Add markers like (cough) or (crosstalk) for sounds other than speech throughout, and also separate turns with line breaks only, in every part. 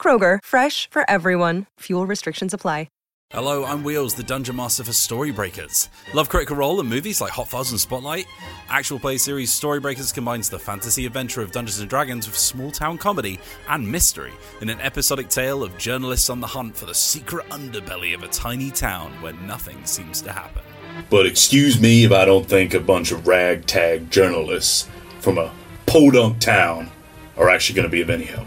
Kroger, fresh for everyone. Fuel restrictions apply.
Hello, I'm Wheels, the Dungeon Master for Storybreakers. Love critical role and movies like Hot Fuzz and Spotlight. Actual play series Storybreakers combines the fantasy adventure of Dungeons and Dragons with small town comedy and mystery in an episodic tale of journalists on the hunt for the secret underbelly of a tiny town where nothing seems to happen.
But excuse me if I don't think a bunch of ragtag journalists from a podunk town are actually going to be of any help.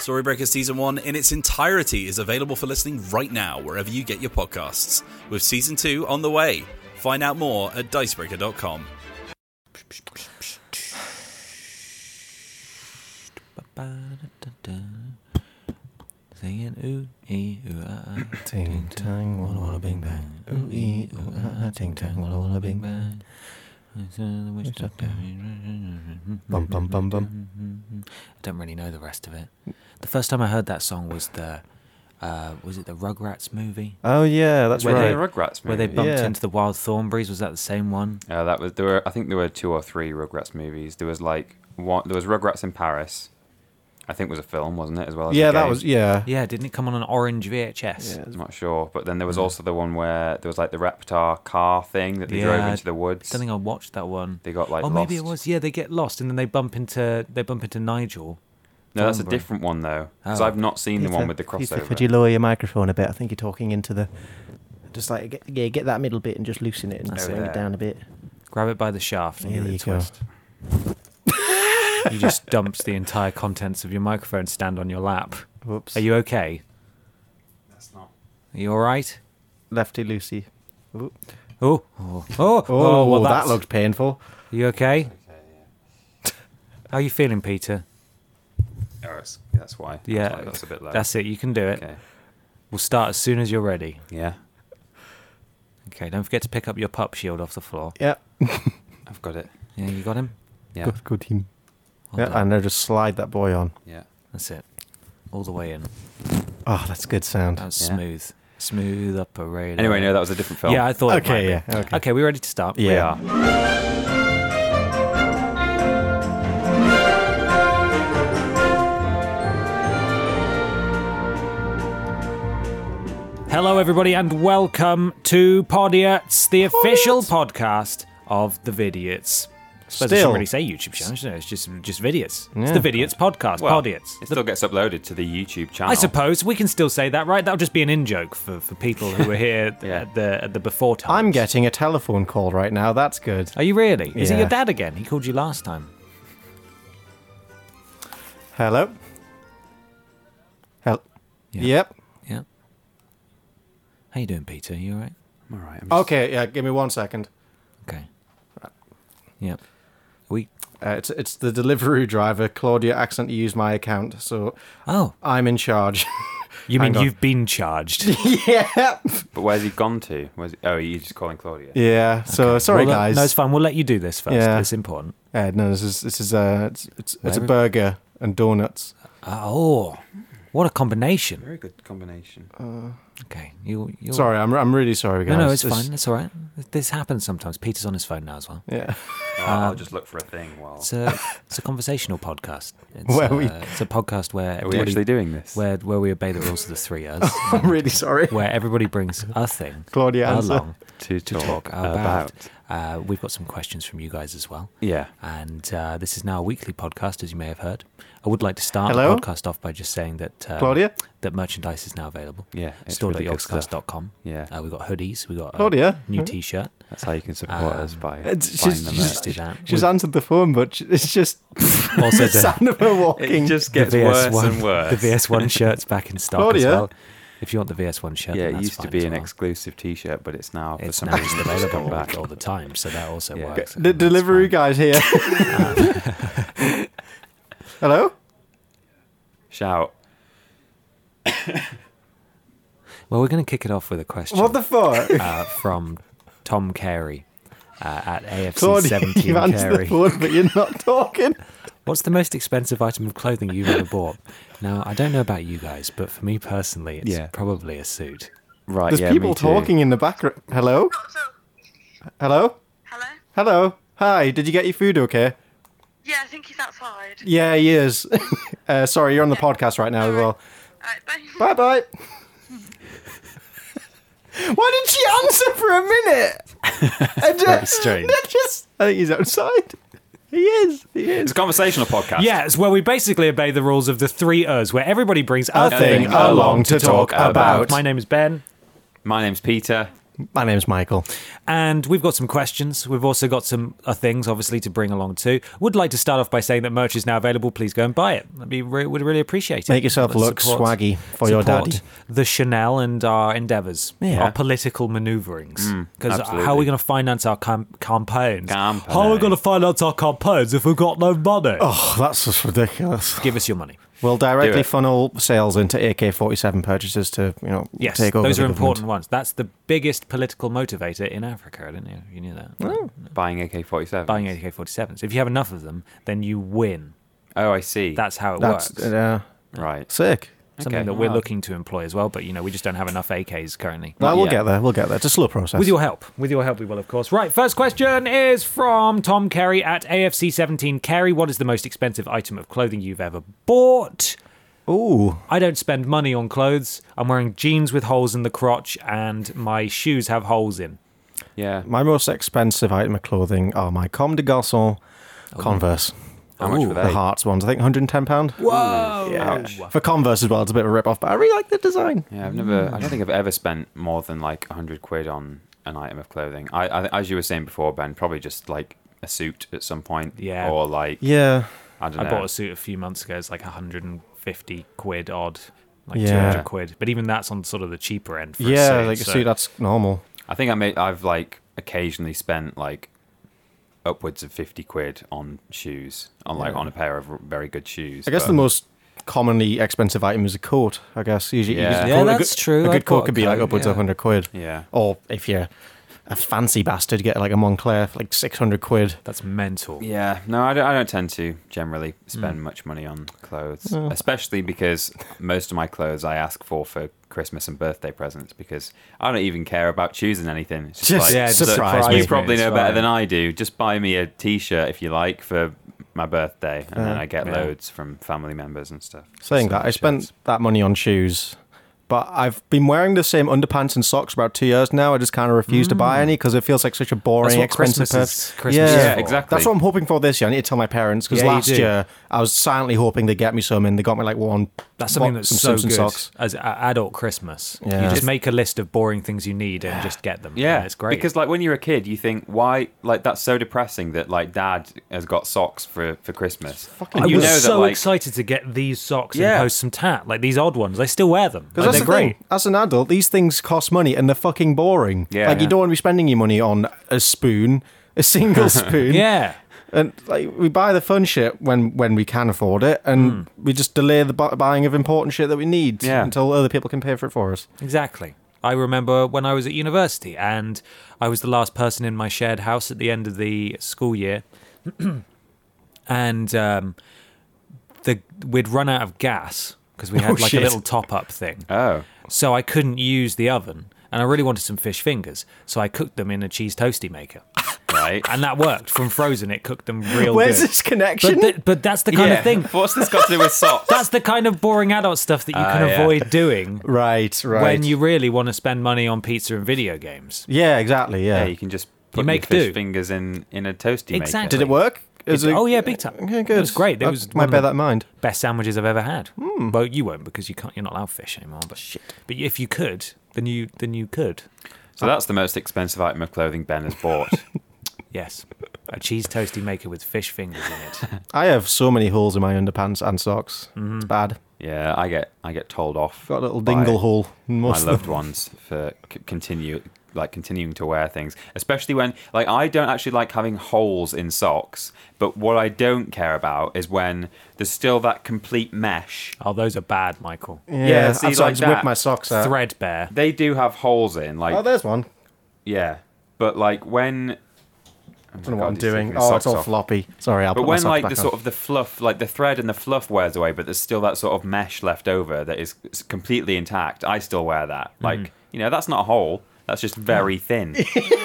Storybreaker Season 1 in its entirety is available for listening right now, wherever you get your podcasts, with Season 2 on the way. Find out more at dicebreaker.com.
Singing ooh, ee, ooh, ah, ah.
Ting tang, walla walla bing bang. Ooh ee, ooh ah ah, ting tang, walla walla bing bang. Bum bum bum bum.
I don't really know the rest of it. The first time I heard that song was the, uh, was it the Rugrats movie?
Oh yeah, that's
Were they a
right.
Rugrats
Where they
movie?
bumped
Yeah.
into the wild thornberries? Was that the same one?
Uh, that was there were I think there were two or three Rugrats movies. There was like one there was Rugrats in Paris. I think was a film, wasn't it, as well as
Yeah,
a
that
game?
was yeah.
Yeah, didn't it come on an orange VHS?
Yeah.
I'm not sure, but then there was also the one where there was like the Reptar car thing that they drove
Yeah,
into the woods.
I don't think I watched that one.
They got, like,
oh maybe it
lost.
was. Yeah, they get lost and then they bump into they bump into Nigel.
no, that's a
Thornberry.
different one though, because
Oh.
I've not seen the
Peter,
one with the
Peter,
crossover.
could you lower your microphone a bit? I think you're talking into the. Just like get, yeah, get that middle bit and just loosen it and
That's
bring
it.
it down a bit.
Grab it by the shaft and
Yeah,
give it
there
a
you go.
twist. (laughs) you just dumps the entire contents of your microphone stand on your lap.
Whoops.
Are you okay?
That's not.
Are you all right?
lefty loosey? Oh,
Oh, oh, oh,
oh,
well,
that
that's-
looked painful.
Are you okay? How are you feeling, Peter?
Oh, that's why. I was
Yeah,
like, that's a bit low.
That's it. You can do it.
Okay.
We'll start as soon as you're ready.
Yeah,
Okay. Don't forget to pick up your pup shield off the floor.
Yeah,
I've got it.
Yeah, you got him.
Yeah,
good, good team.
Well
Yeah,
done.
and now just slide that boy on.
yeah.
That's it. All the way in.
Oh, that's good sound.
That's
Yeah.
smooth. Smooth operator.
Anyway, no, that was a different film.
Yeah, I thought. it
Okay,
might be.
yeah, okay.
Okay, we're ready to start.
Yeah.
we are.
Hello, everybody, and welcome to Podiots, the official podcast of the Vidiots. I suppose I
Still.
shouldn't really say YouTube channel. shouldn't I? It's just just Vidiots. It's the Vidiots podcast.
Well, it
Podiots.
still gets uploaded to the YouTube channel.
I suppose we can still say that, right? That'll just be an in joke for, for people who were here
(laughs) Yeah.
at the at the before time.
I'm getting a telephone call right now. That's good.
Are you really? Is it
Yeah.
your dad again? He called you last time.
Hello. Hello.
Yeah.
Yep.
Yeah. How you doing, Peter? You all right?
I'm all
Oh,
right. I'm just-
Okay. Yeah. Give me one second.
Okay. Yeah. We.
Uh, it's it's the delivery driver. Claudia accidentally used my account, so
Oh,
I'm in charge. (laughs)
you mean
Hang on.
you've been charged?
yeah.
But where's he gone to? Where's he... Oh, you're just calling Claudia.
Yeah. So (laughs) sorry,
We'll let-
guys.
No, it's fine. We'll let you do this first.
Yeah.
It's important.
Uh, no, this is this is uh, it's it's, it's a
Where-
burger and donuts.
Oh, what a combination.
Very good combination.
Uh, Okay. You. You're...
Sorry, I'm I'm really sorry, guys.
No, no, it's
This-
fine. It's all right. This happens sometimes. Peter's on his phone now as well.
(laughs) Yeah. (laughs)
Oh,
um,
I'll just look for a thing while.
It's a, it's a conversational podcast. It's,
Where we-
uh, it's a podcast where
Are we
everybody,
actually doing this?
where where we obey the rules of the three us,
(laughs) I'm really sorry.
where everybody brings a thing
Claudia, answer.
along
to
to talk about. Uh, we've got some questions from you guys as well.
Yeah.
And uh, this is now a weekly podcast, as you may have heard. I would like to start
Hello?
the podcast off by just saying that um,
Claudia?
that merchandise is now available.
Yeah, it's
Stored
really
at
good stuff.
theogscast.com.
Yeah.
Uh, we got hoodies. We got a
Claudia?
new t shirt.
That's how you can support us by buying
It's-
the
Um, Just do
merch.
that.
She's
We-
answered the phone, but she- it's just
also
the
the,
sound of her
(laughs)
walking.
It just
the
gets worse and worse.
(laughs) The VS1 shirt's back in stock as
Claudia?
well. If you want the VS1 shirt,
yeah,
then
it
that's
used to
fine
be
as
an
well.
exclusive T-shirt, but it's now for
It's
some
now just
reason it's
available
come
all,
back.
all the time, so that also
Yeah.
works.
the
and that's
delivery
fine.
guy's
(laughs)
here. Hello?
Shout.
Well, we're going to kick it off with a question
What the fuck?
uh, from Tom Carey uh, at
(laughs)
AFC
Claudia,
17
you've answered
Carey.
the phone, but you're
(laughs)
not talking.
What's the most expensive item of clothing you've ever bought? Now, I don't know about you guys, but for me personally, it's
Yeah.
probably a suit.
Right.
There's
yeah,
people
me too.
talking in the background. Hello?
So,
Hello?
hello?
Hello? Hi, did you get your food okay?
Yeah, I think he's outside.
Yeah, he is. (laughs) uh, sorry, you're on the podcast right now as well.
Alright, bye.
Bye bye. (laughs) Why didn't she answer for a minute?
(laughs)
I just,
strange.
I just- I think he's outside. He is. He is.
It's a conversational podcast.
Yeah, it's where we basically obey the rules of the three Ers, where everybody brings a,
thing along to talk about.
My name is Ben,
My name's Peter.
My name's Michael.
and we've got some questions. We've also got some uh, things, obviously, to bring along too. Would like to start off by saying that merch is now available. Please go and buy it. That'd be re- would really appreciate it.
Make yourself
Let's
look swaggy for your
support
daddy.
The Chanel and our endeavours,
Yeah.
our political manoeuvrings. Because
Mm, absolutely.
how are we going to finance our cam- campaigns?
Campaign.
How are we going to finance our campaigns if we've got no money?
Oh, that's just ridiculous.
Give us your money.
We'll directly
it.
funnel sales into AK-47 purchases to you know
Yes,
take over.
those
the
are
government.
important ones. That's the biggest political motivator in Africa. I didn't know you knew that.
Buying AK-47.
Buying AK-47s. If you have enough of them, then you win.
Oh, I see.
That's how it
That's
works.
uh,
right.
sick.
Something
okay,
that we're
wow.
looking to employ as well, but you know we just don't have enough AKs currently.
No, we'll
yet.
get there. We'll get there. It's a slow process.
With your help. With your help, we will, of course. Right, first question is from Tom Carey at AFC17. Carey, what is the most expensive item of clothing you've ever bought?
Ooh,
I don't spend money on clothes. I'm wearing jeans with holes in the crotch, and my shoes have holes in.
Yeah.
my most expensive item of clothing are my Comme des Garçons Converse.
How much were
The
they?
Hearts ones, I think 110 pound.
Whoa!
For Converse as well, it's a bit of a rip off, but I really like the design.
Yeah, I've never.
Hmm.
I don't think I've ever spent more than like hundred quid on an item of clothing. I, I, as you were saying before, Ben, probably just like a suit at some point.
Yeah.
Or like,
Yeah,
I don't
I
know.
bought a suit a few months ago. It's like 150 quid odd, like
Yeah.
200 quid. But even that's on sort of the cheaper end. For
yeah,
a suit,
like a
so-
suit that's normal.
I think I made. I've like occasionally spent like upwards of fifty quid on shoes, on like on a pair of very good shoes.
I guess
but-
the most commonly expensive item is a coat. I guess usually
Yeah.
usually a
Yeah,
coat- a
that's
good-
true.
A
I've
good coat
got a
could be like
coat,
upwards
yeah.
of hundred quid.
Yeah.
Or if you're a fancy bastard, get like a Montclair for like six hundred quid.
That's mental.
Yeah, no, I don't, I don't tend to generally spend
Hmm.
much money on clothes, especially because most of my clothes I ask for for Christmas and birthday presents because I don't even care about choosing anything. It's just,
Just
like,
Yeah,
look,
surprise
You
me.
probably know
It's
better
fine.
than I do. Just buy me a T-shirt if you like for my birthday, and then I get
yeah.
loads from family members and stuff.
Saying
So
that, I
it's-
spent that money on shoes, but I've been wearing the same underpants and socks for about two years now. I just kind of refuse to buy any because it feels like such a boring,
Mm. what
expensive.
Christmas
purchase.
is- Christmas
is Yeah, for. exactly.
That's what I'm hoping for this year. I need to tell my parents because
Yeah, you
last
do.
year I was silently hoping they'd get me some, and they got me like one.
That's something
what-
that's
some
so
Simpson
good
socks.
as a- adult Christmas. You
Yeah.
just
It's-
make a list of boring things you need and just get them.
Yeah,
it's great.
Because like when you're a kid, you think why like that's so depressing that like dad has got socks for for Christmas.
I
And you
was
know
so
that like
excited to get these socks
Yeah.
and post some tat, like these odd ones. I still wear them. Like,
Because
they're
that's the
great.
thing. As an adult, these things cost money and they're fucking boring.
Yeah.
like
Yeah.
you don't want to be spending your money on a spoon,
(laughs)
a single spoon.
Yeah.
and like we buy the fun shit when when we can afford it, and we just delay the bu- buying of important shit that we need
Hmm. Yeah.
until other people can pay for it for us.
Exactly. I remember when I was at university and I was the last person in my shared house at the end of the school year. (clears throat) and um, the we'd run out of gas because
(laughs)
we had like
Oh, shit.
a little top up thing.
oh
So I couldn't use the oven and I really wanted some fish fingers. So I cooked them in a cheese toasty maker.
right.
And that worked. From frozen, it cooked them real
Where's
good.
this connection?
But, th- but that's the kind of
(laughs)
thing.
(laughs) What's this got to do with socks?
That's the kind of boring adult stuff that you
Ah,
can
yeah.
avoid doing
right, right.
when you really want to spend money on pizza and video games.
yeah, exactly.
(laughs)
Yeah.
yeah, you can just put
make
your fish
do.
fingers in in a toasty
Exactly.
maker.
Did it work? Is it,
oh yeah, big time.
Okay, good.
It was great. It
I
was one
might
of
bear
the
that in mind.
Best sandwiches I've ever had.
Hmm.
Well, you won't because you can't. You're not allowed fish anymore. But shit. But if you could, then you then you could.
So that's the most expensive item of clothing Ben has
(laughs)
bought.
Yes, a cheese toasty maker with fish fingers in
(laughs)
it.
I have so many holes in my underpants and socks.
Mm-hmm.
It's bad.
yeah, I get I get told off.
Got a little
by
dingle hole. in
My
Most of
loved
them.
ones for c- continue like continuing to wear things, especially when like I don't actually like having holes in socks. But what I don't care about is when there's still that complete mesh.
Oh, those are bad, Michael.
Yeah,
Yeah, see,
I've- so I
like
just whip
that.
my socks out. (laughs)
Threadbare.
They do have holes in, like
Oh, there's one.
yeah, but like when oh
I don't know
God,
what I'm
he's taking
doing.
his
Oh,
socks
it's all
off.
floppy. Sorry, I'll
But
put my
when
socks
like
back
the
on.
sort of the fluff, like the thread and the fluff wears away, but there's still that sort of mesh left over that is s- completely intact. I still wear that.
Mm-hmm.
Like you know, that's not a hole. That's just very
(laughs)
thin.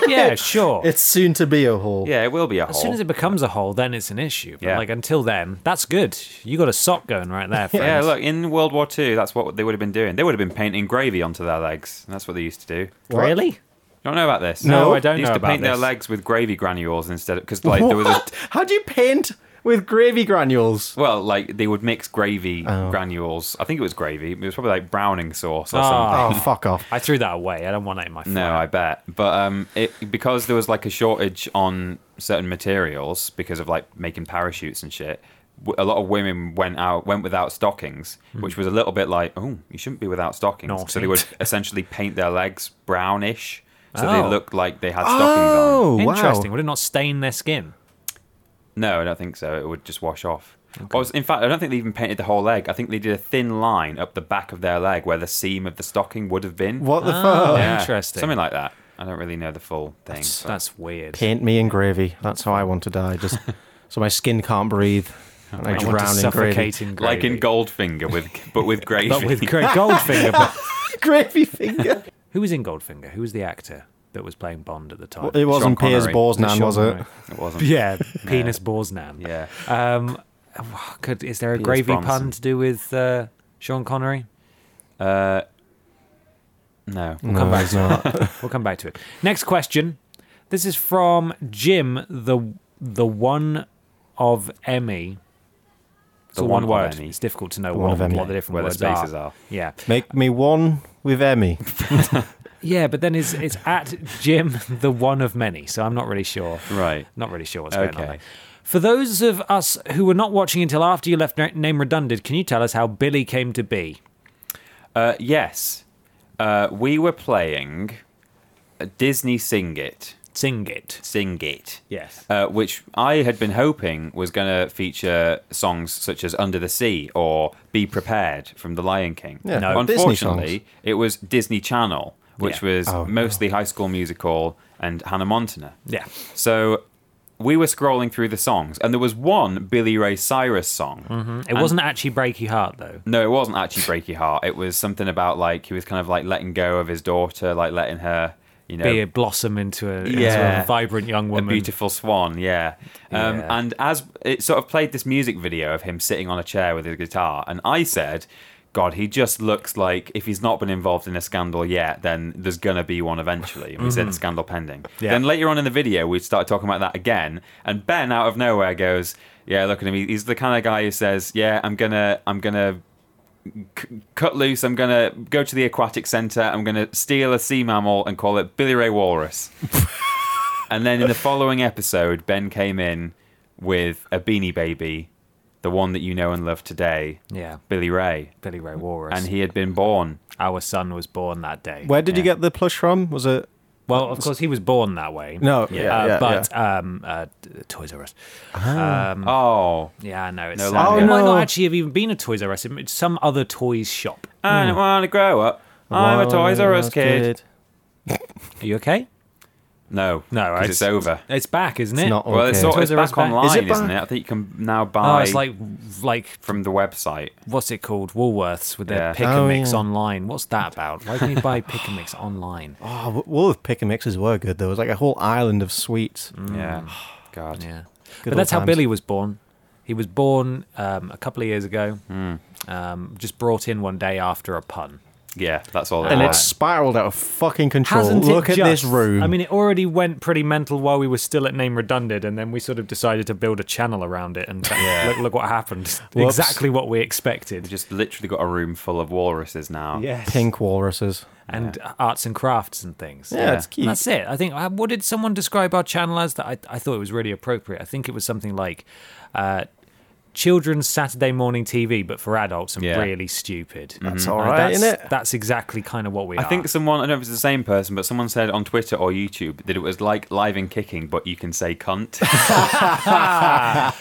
Yeah, sure.
It's soon to be a hole.
yeah, it will be a
as
hole.
soon as it becomes a hole, then it's an issue. But
Oh. Yeah.
like until then, that's good. You got a sock going right there.
(laughs)
Friend.
yeah, look, in World War II, that's what they would have been doing. They would have been painting gravy onto their legs. And that's what they used to do. You
Really?
don't know about this?
No, I don't
They used
know
to
about
paint their
this.
legs with gravy granules instead of
(laughs)
because like there was a
(laughs) What? How do you paint with gravy granules?
well, like they would mix gravy
Oh.
granules. I think it was gravy. It was probably like browning sauce or
Ah.
something.
Oh,
(laughs)
fuck off.
I threw that away. I don't want that in my.
No,
flat.
I bet. But um, it because there was like a shortage on certain materials because of like making parachutes and shit. w- A lot of women went out went without stockings,
Hmm.
which was a little bit like, oh, you shouldn't be without stockings. So they
Naughty.
would essentially paint their legs brownish, so
Oh.
they looked like they had stockings on.
Oh,
Interesting.
wow.
Would it not stain their skin?
No, I don't think so. It would just wash off. Or s- in fact, I don't think they even painted the whole leg. I think they did a thin line up the back of their leg where the seam of the stocking would have been.
What the
Oh,
fuck?
Yeah,
interesting.
Something like that. I don't really know the full thing. but-
That's
Ah.
weird.
Paint me in gravy. That's how I want to
(laughs)
die. Just so my skin can't breathe. And I,
I want to
drown in gravy.
suffocate in gravy.
like in Goldfinger with but with gravy. (laughs)
Not with great Goldfinger. But
(laughs) gravy finger.
who was in Goldfinger? Who was the actor that was playing Bond at the time?
It wasn't
Sean
Piers
Connery.
Brosnan, was it?
it wasn't.
(laughs)
(laughs) Yeah, penis Borsnan.
Yeah.
Um, could, is there a
Piers
gravy
Bronson.
pun to do with uh, Sean Connery?
No.
come back
it's
to it. (laughs) we'll come back to it. Next question. This is from Jim, the the one of Emmy. It's
The
all one,
one of
word.
Emmy.
It's difficult to know
one
what,
of Emmy.
what the different
E, Where the
words
spaces are.
Yeah,
Make me one with Emmy.
yeah, but then it's it's at Jim, (laughs) the one of many. So I'm not really sure.
Right.
Not really sure what's going on
Okay.
there. For those of us who were not watching until after you left na- name redundant, can you tell us how Billy came to be?
Uh, yes. Uh, we were playing a Disney Sing It.
Sing it.
Sing It.
Yes.
Uh, which I had been hoping was going to feature songs such as Under the Sea or Be Prepared from The Lion King.
Yeah,
No.
Disney
Unfortunately, it was Disney Channel, which
Yeah.
was mostly High School Musical and Hannah Montana.
Yeah.
So we were scrolling through the songs, and there was one Billy Ray Cyrus song.
It wasn't actually Break Your Heart though.
No, it wasn't actually Break Your Heart. It was something about like he was kind of like letting go of his daughter, like letting her, you know,
be a blossom into a, into
Yeah.
a vibrant young
a
woman.
beautiful swan. Yeah. Um,
Yeah.
And as it sort of played this music video of him sitting on a chair with his guitar, and I said, God, he just looks like if he's not been involved in a scandal yet, then there's gonna be one eventually. And we said scandal pending.
Mm-hmm. Yeah.
Then later on in the video, we started talking about that again, and Ben out of nowhere goes, "Yeah, look at him. He- He's the kind of guy who says, yeah, I'm gonna, I'm gonna c- cut loose. I'm gonna go to the aquatic centre. I'm gonna steal a sea mammal and call it Billy Ray Walrus." and then in the following episode, Ben came in with a Beanie Baby, the one that you know and love today,
Yeah,
Billy Ray,
Billy Ray Walrus.
and he had been born.
our son was born that day.
Where did you get the plush from? Was it?
well, of course, he was born that way.
No, yeah,
uh,
yeah,
but Um, uh, t- Toys R Us. Um,
Oh,
yeah, no, it's
No
sad.
longer.
it might
Oh,
not
no.
actually have even been a Toys R Us. It's some other toys shop.
I don't want to grow up. I'm a Toys R Us kid.
Are you okay?
No,
No,
'cause
right.
it's over.
It's back, isn't it?
It's not
Well, it's,
okay.
sort of, it's
Toys R Us
back
back-
online,
Is
is
it
isn't it?
back?
I think you can now
Oh,
buy
it's like like
from the website.
what's it called? Woolworths with their
Yeah.
pick
Oh,
and mix
yeah.
online. What's that about? Why can you buy
(laughs)
pick and mix online?
Oh, w- Woolworth pick and mixes were good. There was like a whole island of sweets.
Yeah. God.
Yeah. but
old
that's how
times.
Billy was born. He was
Hmm.
born um, a couple of years ago, um, just brought in one day after a pun.
Yeah, that's all.
and
I
it's spiraled out of fucking control.
Hasn't it
Look at
just-
this room.
I mean, it already went pretty mental while we were still at Name Redundant, and then we sort of decided to build a channel around it, and (laughs) look, look what happened. (laughs)
Whoops.
Exactly what we
We
expected.
just literally got a room full of walruses now.
Yes.
pink walruses.
And arts and crafts and things.
Yeah, it's cute.
That's it. I think. uh, What did someone describe our channel as? That I, I thought it was really appropriate. I think it was something like uh, children's Saturday morning TV, but for adults and
Yeah.
really stupid. That's
all Mm. right,
that's,
innit?
That's exactly kind of what we
I
are.
think someone, I don't know if it's the same person, but someone said on Twitter or YouTube that it was like live and kicking, but you can say
(laughs)
cunt. (laughs) Which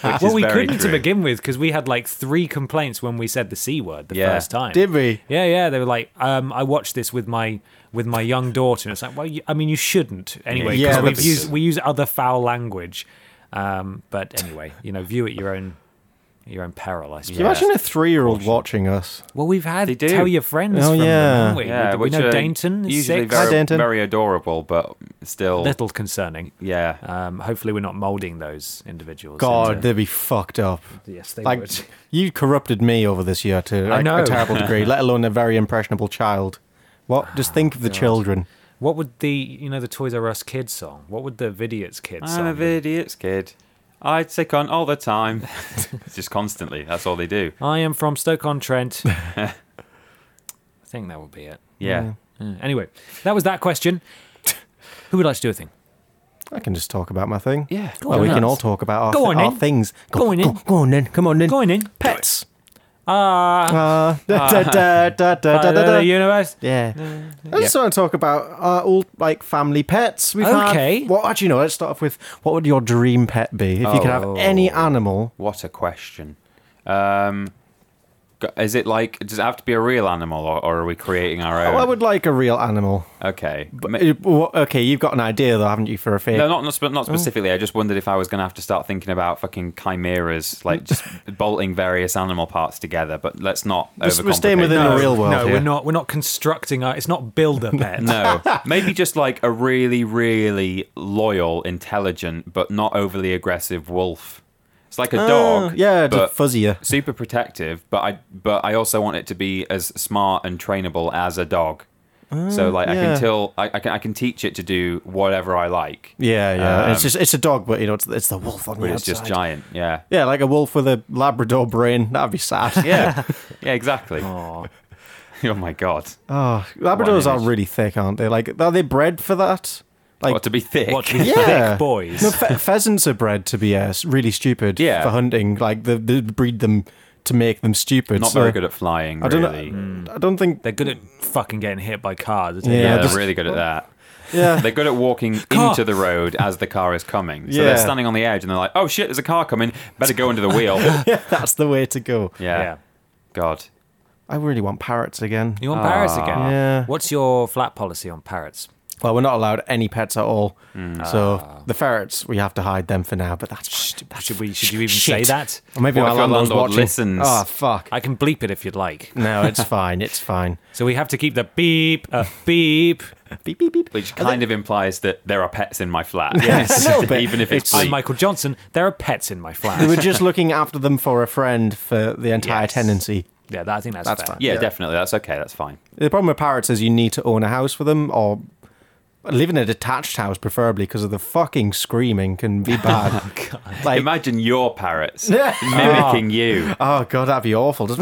well,
is
we
very
couldn't to
true.
begin with because we had like three complaints when we said the c word the
Yeah.
first time.
Did we?
Yeah, yeah. They were like, um, "I watched this with my with my young daughter," and it's like, "Well, you, I mean, you shouldn't anyway."
Yeah,
Yeah, we
that's-
use we use other foul language. Um, but anyway, you know, view at your own your own peril, I suppose.
Can you imagine a three-year-old watching us?
Well, we've had
They do.
tell your friends.
Oh,
from
yeah.
them, haven't we?
Yeah,
we,
which
know
are
Dainton is
usually
six.
very,
Hi, Dainton.
very adorable, but still,
Little concerning.
yeah.
Um, hopefully, we're not moulding those individuals.
God,
into-
they'd be fucked up.
yes, they
Like
would.
(laughs) you corrupted me over this year to like,
know.
a
(laughs)
terrible degree, let alone a very impressionable child.
Oh
What? Just think of the children.
What would the you know the Toys R Us kids song? What would the Vidiots kids
I'm
song?
a idiot's kid. I take on all the time. (laughs) Just constantly. That's all they do.
be? I am from Stoke on Trent. I think that would be it.
Yeah.
Yeah. Anyway, that was that question. Who would like to do a thing?
I can just talk about my thing.
Yeah, go
well,
on
we
then.
can all talk about our,
Go
thi-
on
our
in.
things.
Go on in.
Go, go on in. Come on in.
Going in
Pets.
Ah,
Uh, da, da, da, da, da, da, da,
the
da.
universe.
Yeah. I just want to talk about our old like family pets. We've
Okay.
Had, well, actually, no. Let's start off with what would your dream pet be if you could
Oh.
have any animal?
What a question. Um, g- is it like, does it have to be a real animal or, or are we creating our own?
Oh, I would like a real animal.
okay. Ma-
But, uh, wha- okay, you've got an idea though, haven't you, for a fake?
No, not not, spe-
Oh.
not specifically. I just wondered if I was going to have to start thinking about fucking chimeras, like
(laughs)
just bolting various animal parts together. But let's not.
We're s- we're staying
overcomplicate
within
that.
the real world.
no,
here.
we're not. We're not constructing. Our, it's
(laughs)
not build a pet.
No, maybe just like a really, really loyal, intelligent, but not overly aggressive wolf. It's like a dog.
Oh, Uh, yeah,
but
just fuzzier.
Super protective, but I but I also want it to be as smart and trainable as a dog. so like I
Oh, yeah.
can tell I, I can I can teach it to do whatever I like.
Yeah, yeah.
Um,
it's just it's a dog, but you know, it's, it's the wolf on the
But
outside.
it's just giant. Yeah.
Yeah, like a wolf with a Labrador brain. That'd be sad.
Yeah. yeah, exactly. (laughs) Oh my god.
(laughs) oh, Labradors
What an
are
image.
really thick, aren't they? Like, are they bred for that? Like,
what to be thick.
What we
Yeah.
thick boys.
no, phe- pheasants are bred to be uh, s- really stupid
Yeah.
for hunting. Like, they, they breed them to make them
(laughs)
stupid.
Not
so-
very good at flying,
I don't know- Mm.
really.
I don't think.
They're good at fucking getting hit by cars.
Yeah,
Yeah,
just-
they're really good at that.
Yeah.
They're good at
(laughs)
walking
Car.
into the road as the car is coming. So
Yeah.
they're standing on the edge and they're like, "Oh shit, there's a car coming. Better go under the
(laughs)
wheel." yeah.
That's the way to go.
Yeah.
God.
I really want parrots again.
You want parrots again?
Ah, Yeah.
What's your flat policy on parrots?
Well, we're not allowed any pets at all. So the ferrets, we have to hide them for now. But that's, that's
Should we? Should you even
shit.
say that?
Or maybe
What if
my
your
landlord's
landlord
watching.
listens?
Oh fuck!
I can bleep it if you'd like.
No, it's fine. It's fine.
So we have to keep the beep, uh, beep.
Beep beep beep.
Which kind of implies that there are pets in my flat. (laughs)
Yes. A little bit.
Even if it's,
It's-
I'm
bleak.
Michael Johnson. There are pets in my
They were
flat.
just looking after them for a friend for the entire
Yes.
tenancy.
yeah, that, I think that's,
That's
fair.
fine.
yeah,
yeah.
definitely. That's okay. That's fine.
The problem with parrots is you need to own a house for them or live in a detached house, preferably because of the fucking screaming can be bad. like,
Imagine your parrots
(laughs) Yeah.
mimicking you.
oh god, that'd be awful. Just-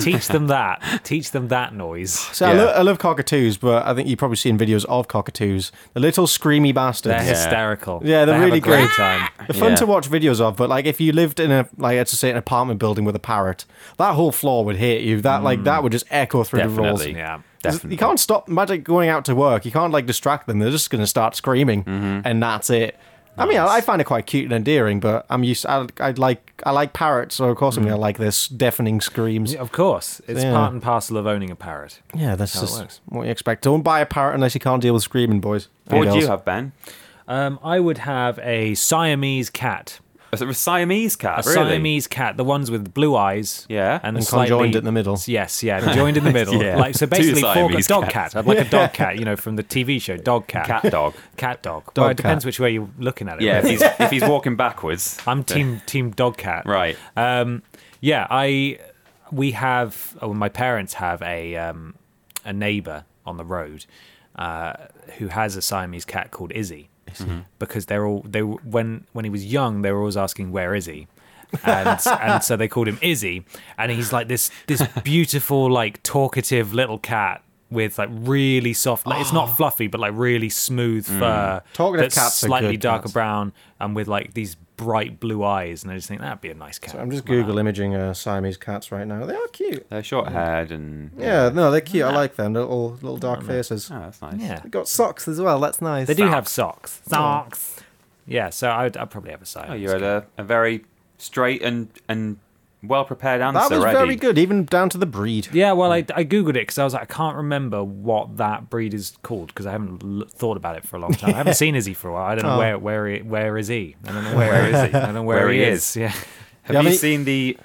Teach them that. Teach them that noise.
Oh, so I,
Yeah.
lo- I love cockatoos, but I think you've probably seen videos of cockatoos. The little screamy bastards.
They're hysterical.
Yeah, they're
They have
really
a great
great.
time.
They're fun
Yeah.
to watch videos of, but like if you lived in a like let's just say an apartment building with a parrot, that whole floor would hate you. That like that would just echo through the walls.
Definitely.
Yeah.
Definitely.
You can't stop magic going out to work. You can't like distract them. They're just going to start screaming, and that's it. I mean, I, I find it quite cute and endearing, but I'm used. I, I like I like parrots, so of course I'm going to like this deafening screams.
Of course, it's
Yeah.
part and parcel of owning a parrot.
Yeah, that's
How it
just
works.
what you expect. Don't buy a parrot unless you can't deal with screaming, boys.
What
And
would you
girls.
have, Ben?
Um, I would have a Siamese cat.
A sort of Siamese cat,
A
really?
Siamese cat, the ones with blue eyes.
Yeah.
And,
And
slightly,
conjoined in the middle.
Yes, yeah, joined in the middle.
Yeah.
Like so
Two
basically four
Siamese
dog
cats.
cats. I'd like a dog cat, you know, from the TV show Dog Cat.
Cat dog.
Cat dog. well, it
cat.
depends which way you're looking at it.
Yeah, if
really.
he's, if
(laughs)
he's walking backwards.
I'm team team dog cat.
Right.
Uh,
Um, yeah, I we have. Oh, my parents have a um, a neighbor on the road uh, who has a Siamese cat called Izzy,
Mm-hmm.
because they're all they were- when when he was young they were always asking where is he. and, (laughs) and so they called him Izzy, and he's like this this
(laughs)
beautiful like talkative little cat with like really soft, like, it's
(gasps)
not fluffy but like really smooth fur,
Talkative
that's
Mm. cats are
slightly
good
darker
cats.
brown, and with like these bright blue eyes, and I just think that'd be a nice cat.
I'm just Google imaging uh, Siamese cats right now. They are cute.
They're Uh, short haired and.
Yeah, no, they're cute. I like them. They're all little dark faces.
Oh, that's nice.
yeah.
They got socks as well. That's nice.
They do have socks. Socks. Yeah, so I would, I'd probably have a side.
Oh, you had a, a very straight and, and well prepared answer
That was
already.
very good, even down to the breed.
yeah, well, I, I googled it because I was like, I can't remember what that breed is called because I haven't l- thought about it for a long time. I (laughs) haven't seen Izzy for a while. I don't know where where he, where is he? I don't (laughs) know where, where is he? I don't know where,
Where
he,
he is.
is.
(laughs)
Yeah,
Have
Yeah, I
you
mean-
seen the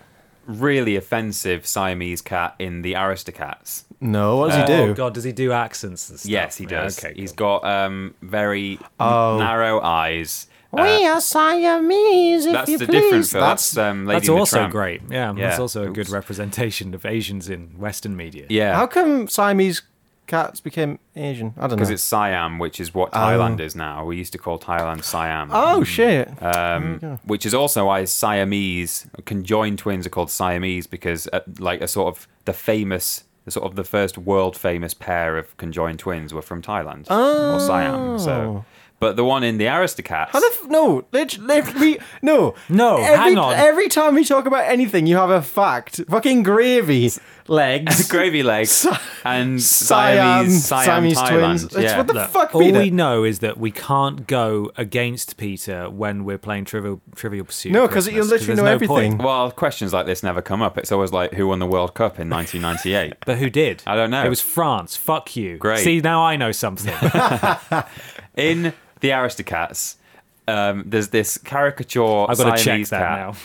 really offensive Siamese cat in the Aristocats?
No, what does he do?
Oh God, does he do accents and stuff?
Yes,
Oh,
he does.
Yeah, okay,
He's
cool.
got um, very narrow eyes. Uh,
we are Siamese, if
that's
you
the
please.
different film.
That's,
That's, um, Lady
That's
and the
also
Tramp.
great. Yeah,
Yeah.
that's also a good
Oops.
representation of Asians in Western media.
uh, Yeah.
how come Siamese cats became Asian? I don't know.
because it's Siam, which is what Thailand is now. We used to call Thailand Siam.
oh shit.
um, which is also why Siamese conjoined twins are called Siamese because uh, like a sort of the famous the sort of the first world famous pair of conjoined twins were from Thailand or Siam. So, but the one in Oh. the Aristocats,
How the f- no, let, let we
(laughs)
no
No,
Every,
hang on.
Every time we talk about anything, you have a fact. Fucking gravy
(laughs)
legs.
gravy legs
Si-
and
Siam,
Siamese, Siam,
Siamese
Thailand.
twins. It's
yeah.
what the
Look,
fuck,
all
Peter?
we know is that we can't go against Peter when we're playing Trivial Trivial Pursuit.
No,
at
'cause
Christmas,
you literally
there's
know
no
everything.
point.
well, questions like this never come up. It's always like who won the World Cup (laughs) in 1998.
But who did?
I don't know.
It was France. Fuck you.
Great.
See, now I know (laughs) something.
in the Aristocats, um, there's this caricature
I've got to check
Siamese
that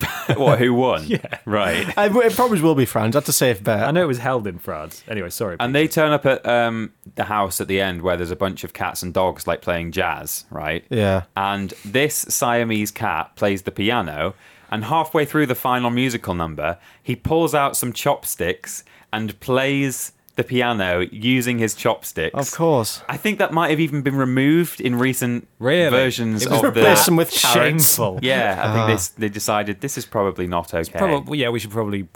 cat. (laughs) what? Who
(laughs)
won? yeah. Right.
I- it probably will be France. That's a safe bet.
now. I know it was held in France. Anyway, sorry.
And they turn up at um, the house at the end where there's a bunch of cats and dogs like playing jazz, right?
Yeah.
And this Siamese cat plays the piano, and halfway through the final musical number, he pulls out some chopsticks and plays the piano using his chopsticks.
Of course.
I think that might have even been removed in recent
Really?
versions
It was
of the
replaced them with carrots.
Shameful.
Yeah, I think
Ah.
they s they decided this is probably not okay.
Probably, yeah, we should probably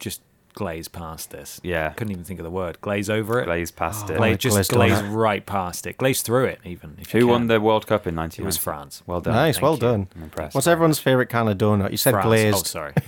just glaze past this.
Yeah.
Couldn't even think of the word. Glaze over it.
Glaze past it.
Glaze-
I
just
glazed on
glaze
it.
right past it. Glaze through it, even. If you
Who won
can.
the World Cup in 1990?
was France.
Well done.
Nice,
Thank
well
you.
done.
I'm impressed.
What's everyone's favorite kind of donut? You said
France.
glazed
Oh, sorry. (laughs)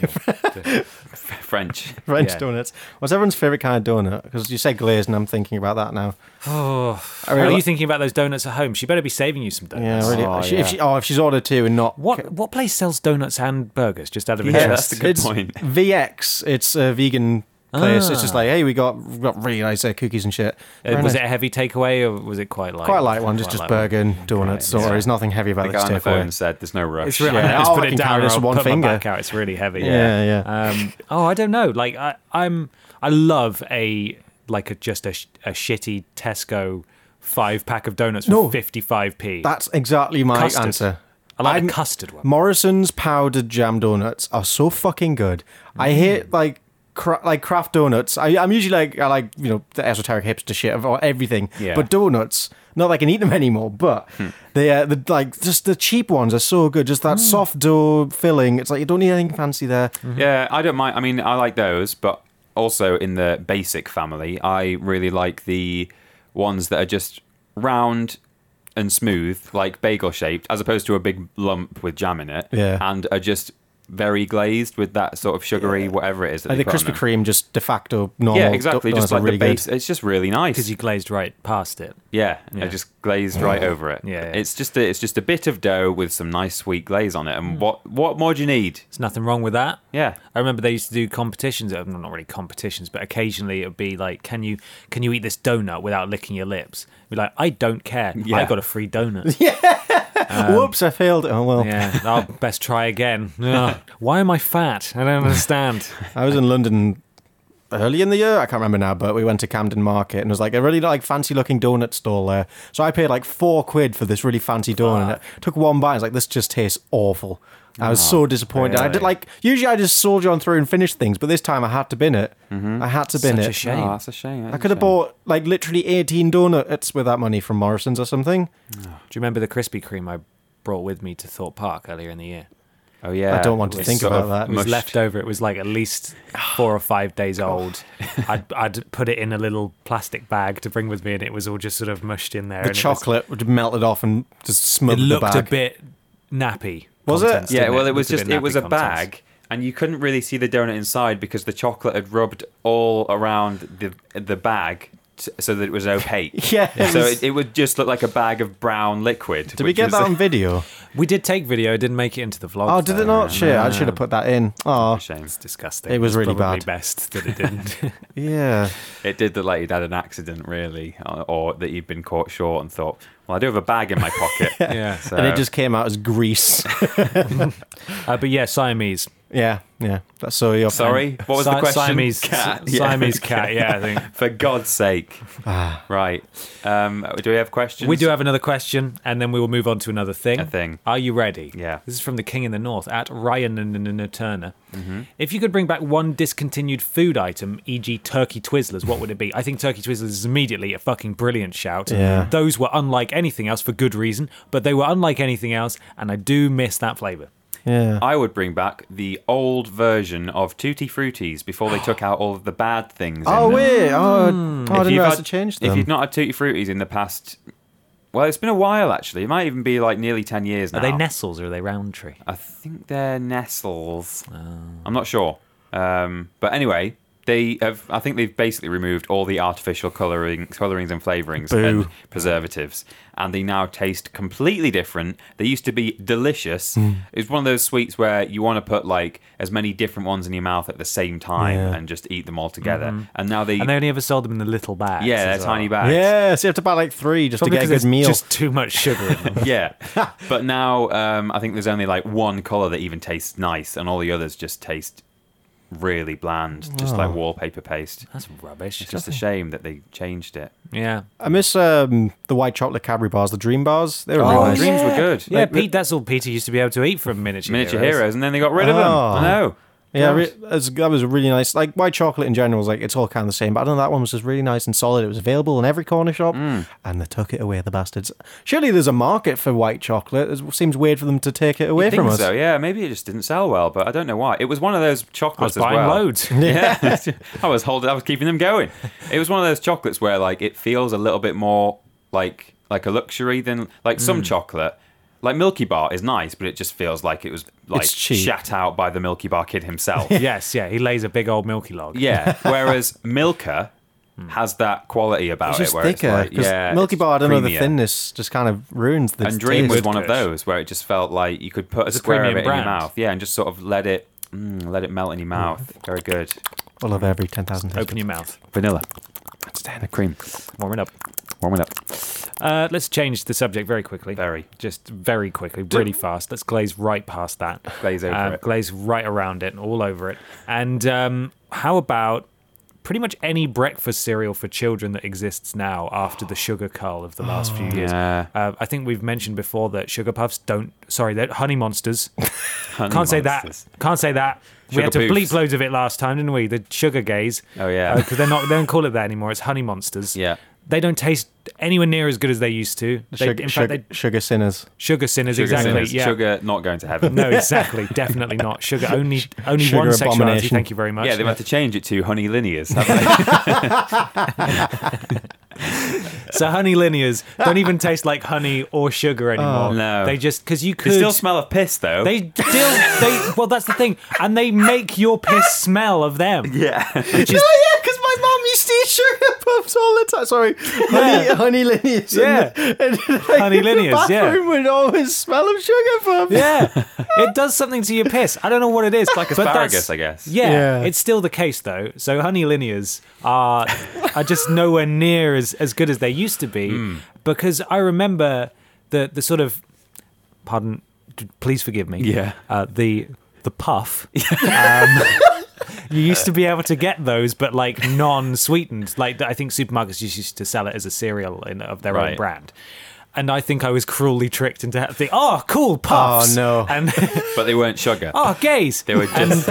Yeah.
(laughs)
(laughs)
French.
French
Yeah.
donuts. What's everyone's favorite kind of donut? Because you said glazed, and I'm thinking about that now. I
How
really-
are you thinking about those donuts at home? She better be saving you some donuts.
Yeah, really.
Oh,
she-
yeah.
If she, oh, if she's ordered two and not
What what place sells donuts and burgers? Just out of
Yeah,
interest.
that's a good
it's
point. Ah.
VX. It's a vegan place. It's just like, hey, we got, we got really nice uh, cookies and shit.
Uh,
Very
was
nice.
it a heavy takeaway or was it quite light?
quite a light one? Just
Quite
just
light one.
burger and donuts. Don't worry, there's nothing heavy
The
about
guy
this
on the phone
takeaway.
said there's no rush.
It's really,
Yeah.
I just
Oh,
put
I
it
can
down
carry
and
this
I'll
with one
put
finger.
my back out. It's really heavy.
Yeah,
Um, oh, I don't know. Like I, I'm, I love a like a just a, sh- a shitty Tesco five pack of donuts for
No.
55p.
That's exactly my
Custard.
answer.
I like
I'm-
a custard one.
Morrison's powdered jam donuts are so fucking good. I
Mm.
hate like cra- like craft donuts. I, I'm usually like I like you know the esoteric hipster shit of all- everything.
Yeah. Hmm.
But donuts, not that I can eat them (laughs) anymore. But they are the like just the cheap ones are so good. Just
Mm.
that soft dough filling. It's like you don't need anything fancy there.
Yeah, I don't mind. I mean, I like those, but also in the basic family, I really like the ones that are just round and smooth, like bagel shaped, as opposed to a big lump with jam in it.
Yeah.
And are just very glazed with that sort of sugary whatever it is that
Like
they
the
put on
Krispy
them.
Kreme, just de facto normal.
Yeah, exactly.
donuts
Just like
are really
the
good.
base. It's just really nice.
Because you glazed right past it.
Yeah, and I just glazed right over it.
Yeah, yeah.
it's just a, it's just a bit of dough with some nice sweet glaze on it.
Hmm.
And what what more do you need?
There's nothing wrong with that.
Yeah.
I remember they used to do competitions. uh, Not really competitions, but occasionally it would be like, "Can you can you eat this donut without licking your lips?" Be like, "I don't care. I
Yeah.
got a
(laughs)
free donut."
uh,
Whoops, I failed. Oh well.
Yeah, I'll best try again. Ugh. Why am I fat? I don't understand.
I was in London early in the year. I can't remember now, but we went to Camden Market and it was like a really like fancy looking donut stall there. So I paid like four quid for this really fancy donut. Took one bite. I was like, this just tastes awful. I was
Oh,
so disappointed. I did
really?
like usually I just soldier on through and finish things, but this time I had to bin it. I had to bin
Mm-hmm. Such
it.
a shame.
Oh, that's a shame. that is
I
a
could have
shame.
bought like literally eighteen donuts with that money from Morrison's or something.
Do you remember the Krispy Kreme I brought with me to Thorpe Park earlier in the year?
Oh yeah.
I don't want to
It's
think
sort
about
of
that.
It was
mushed.
left over. It was like at least four or five days old. I'd, I'd put it in a little plastic bag to bring with me, and it was all just sort of mushed in there.
The
and it was-
chocolate would melted off and just
It,
smothered the
looked a
bag.
bit nappy.
Was it?
contents,
Yeah,
didn't
well, it was
looked
just
bit
it was
nappy
a
contents.
bag, and you couldn't really see the donut inside because the chocolate had rubbed all around the the bag, t- so that it was opaque.
(laughs) Yeah, it
so
was-
it, it would just look like a bag of brown liquid.
Did we get
(laughs)
that on video?
We did take video. It didn't make it into the vlog.
Oh, did
though.
it not? Shit, I should have put that in. Oh,
Shame.
It's disgusting.
It was
It's
really
probably
bad.
Best that it didn't.
yeah.
It did look like you'd had an accident, really, or- or that you'd been caught short and thought, "Well, I do have a bag in my pocket."
yeah.
So,
(laughs) And it just came out
(laughs)
as grease.
Uh, but yeah, Siamese.
(laughs) yeah, yeah. That's so your
sorry. What was the
Si-
question?
Siamese
Cat.
Si-
Yeah. (laughs)
Siamese cat. Yeah, I think.
For God's sake.
Ah.
right. Um, do we have questions?
We do have another question, and then we will move on to another thing.
A thing.
Are you ready?
Yeah.
This is from the King in the North at Ryan and and- and Turner.
Mm-hmm.
If you could bring back one discontinued food item, e.g., turkey Twizzlers, what would it be? I think turkey Twizzlers is immediately a fucking brilliant shout.
Yeah.
Those were unlike anything else for good reason, but they were unlike anything else, and I do miss that flavour.
Yeah.
I would bring back the old version of Tutti Frutti's before
(gasps)
they took out all of the bad things.
Oh
in them.
wait. Oh, oh I
If
didn't
you've
realize
had-
it changed
If
them.
you've not had Tutti Frutti's in the past, well, it's been a while actually. It might even be like nearly ten years now.
Are they nestles or are they round tree?
I think they're nestles.
Oh.
I'm not sure. Um, but anyway, they have. I think they've basically removed all the artificial coloring, colorings and flavorings and preservatives, and they now taste completely different. They used to be delicious.
Hmm.
It's one of those sweets where you want to put like as many different ones in your mouth at the same time
Yeah.
and just eat them all together. And now they,
Mm-hmm. And they only ever sold them in the little bags.
yeah,
as
they're
well.
tiny bags.
yeah, so you have to buy like three just
Probably
to get
'cause
a
there's
good meal.
Just too much sugar
(laughs)
in them.
yeah. But now um, I think there's only like one color that even tastes nice, and all the others just taste really bland, just
Oh.
like wallpaper paste.
That's rubbish.
It's just a shame that they changed it.
yeah.
I miss um, the white chocolate Cadbury bars, the Dream bars. They were really
Oh,
nice.
Dreams were good.
Yeah,
Like,
Pete. That's all Peter used to be able to eat from miniature
Miniature
heroes.
heroes. and then they got rid of them.
Oh.
I know.
Yeah,
God.
re- that's- that was really nice. Like white chocolate in general is like it's all kind of the same, but I don't know that one was just really nice and solid. It was available in every corner shop,
Mm.
and they took it away. The bastards. Surely there's a market for white chocolate. It seems weird for them to take it away
I
from
think
us.
so. Yeah, maybe it just didn't sell well, but I don't know why. It was one of those
I was
chocolates
buying
as well. (laughs)
loads.
Yeah, I was holding. I was keeping them going. It was one of those chocolates where like it feels a little bit more like like a luxury than like
Mm.
some chocolate. Like Milky Bar is nice, but it just feels like it was like
It's cheap.
shat out by the Milky Bar kid
(laughs)
himself.
(laughs) yes, yeah. He lays a big old milky log.
yeah. Whereas Milka has that quality about
Hmm. It's just
Oh, it, where
thicker.
it's like
'cause
yeah,
Milky
it's
Bar, I don't know, the
creamier.
thinness just kind of ruins the
And Dream was
taste.
one of
Good.
those where it just felt like you could put a
It's a
square of
premium
it in your
brand.
mouth, yeah, and just sort of let it mm, let it melt in your mouth. Very good.
All of every ten thousand.
Open your mouth.
Vanilla,
Outstanding.
cream,
Warm it up.
warm it up.
Uh, let's change the subject very quickly.
Very.
Just very quickly, really fast. Let's glaze right past that. Um,
Glaze over it.
Glaze right around it and all over it. And um, how about pretty much any breakfast cereal for children that exists now after the sugar cull of the last few years?
Oh, Yeah.
Uh, I think we've mentioned before that sugar puffs don't. Sorry, that honey monsters.
Honey
Can't say
Monsters.
that. Can't say that. we
Sugar
had to
Poofs.
bleep loads of it last time, didn't we? The sugar gaze.
Oh, yeah.
Because they're not. They don't call it that anymore. It's honey monsters.
Yeah.
They don't taste anywhere near as good as they used to. They,
Sugar,
in fact,
sugar,
they,
sugar sinners.
sugar sinners.
Sugar
exactly.
sinners,
Yeah.
Sugar not going to heaven.
(laughs) No, exactly. Definitely not sugar. Only only
Sugar
one sexuality.
abomination.
Thank you very much.
Yeah, they've had to change it to honey linears. haven't
so honey linears don't even taste like honey or sugar anymore.
Oh, no.
They just because you
they?
(laughs) could
they still smell of piss though.
They still they well that's the thing, and they make your piss smell of them.
(laughs)
(laughs)
yeah.
Which is
Oh yeah, because my mum used to eat sugar puffs all the time. Sorry, honey, honey linears.
Yeah.
and, and, like,
Honey Linears,
The
yeah.
bathroom would always smell of sugar puffs.
Yeah, it (laughs) does something to your piss. I don't know what it is. Like
asparagus, I guess.
Yeah,
Yeah.
it's still the case though. So honey linears are are just nowhere near as as good as they used to be
Hmm.
because I remember the the sort of pardon, d- please forgive me.
Yeah.
uh, the the
(laughs)
puff. um, You used to be able to get those, but like non-sweetened. Like I think supermarkets just used to sell it as a cereal in, of their own
Right.
brand. and I think I was cruelly tricked into ha- think, oh, cool puffs.
Oh, no.
And
(laughs)
(laughs)
But they weren't sugar.
oh, gays.
They were
(laughs)
just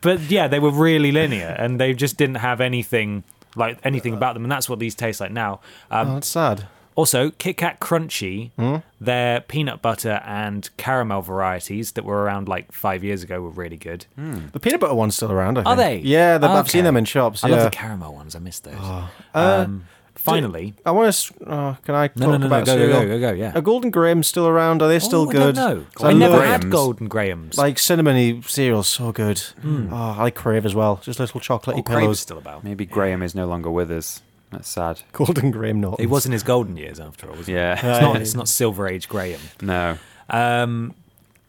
but yeah, they were really linear, and they just didn't have anything like anything about them, and that's what these taste like now. Um,
Oh, that's sad.
also, Kit Kat Crunchy,
Hmm?
their peanut butter and caramel varieties that were around like five years ago were really good.
Hmm.
The peanut butter one's still around. I
Are they?
think. Yeah, the, I've
Okay.
seen them in shops.
I
yeah. Oh. Uh,
love the caramel ones. I miss those. um, finally,
I want to. Oh, can I
No,
talk
no, no, no,
about
go, go,
cereal?
go, go, go, yeah.
Are Golden Grahams still around? Are they still
Oh,
good?
I, don't know.
'Cause
I never
love,
had
Grahams.
Golden Grahams.
like cinnamony cereals. So good. Oh, I like Crave as well. Just little chocolatey
Hmm. oh, Graham's
pillows.
still about.
maybe Graham is no longer with us. That's sad.
Golden Graham nuts.
It wasn't his golden years after all, was it?
Yeah.
It's not, it's not Silver Age Graham.
No.
Um,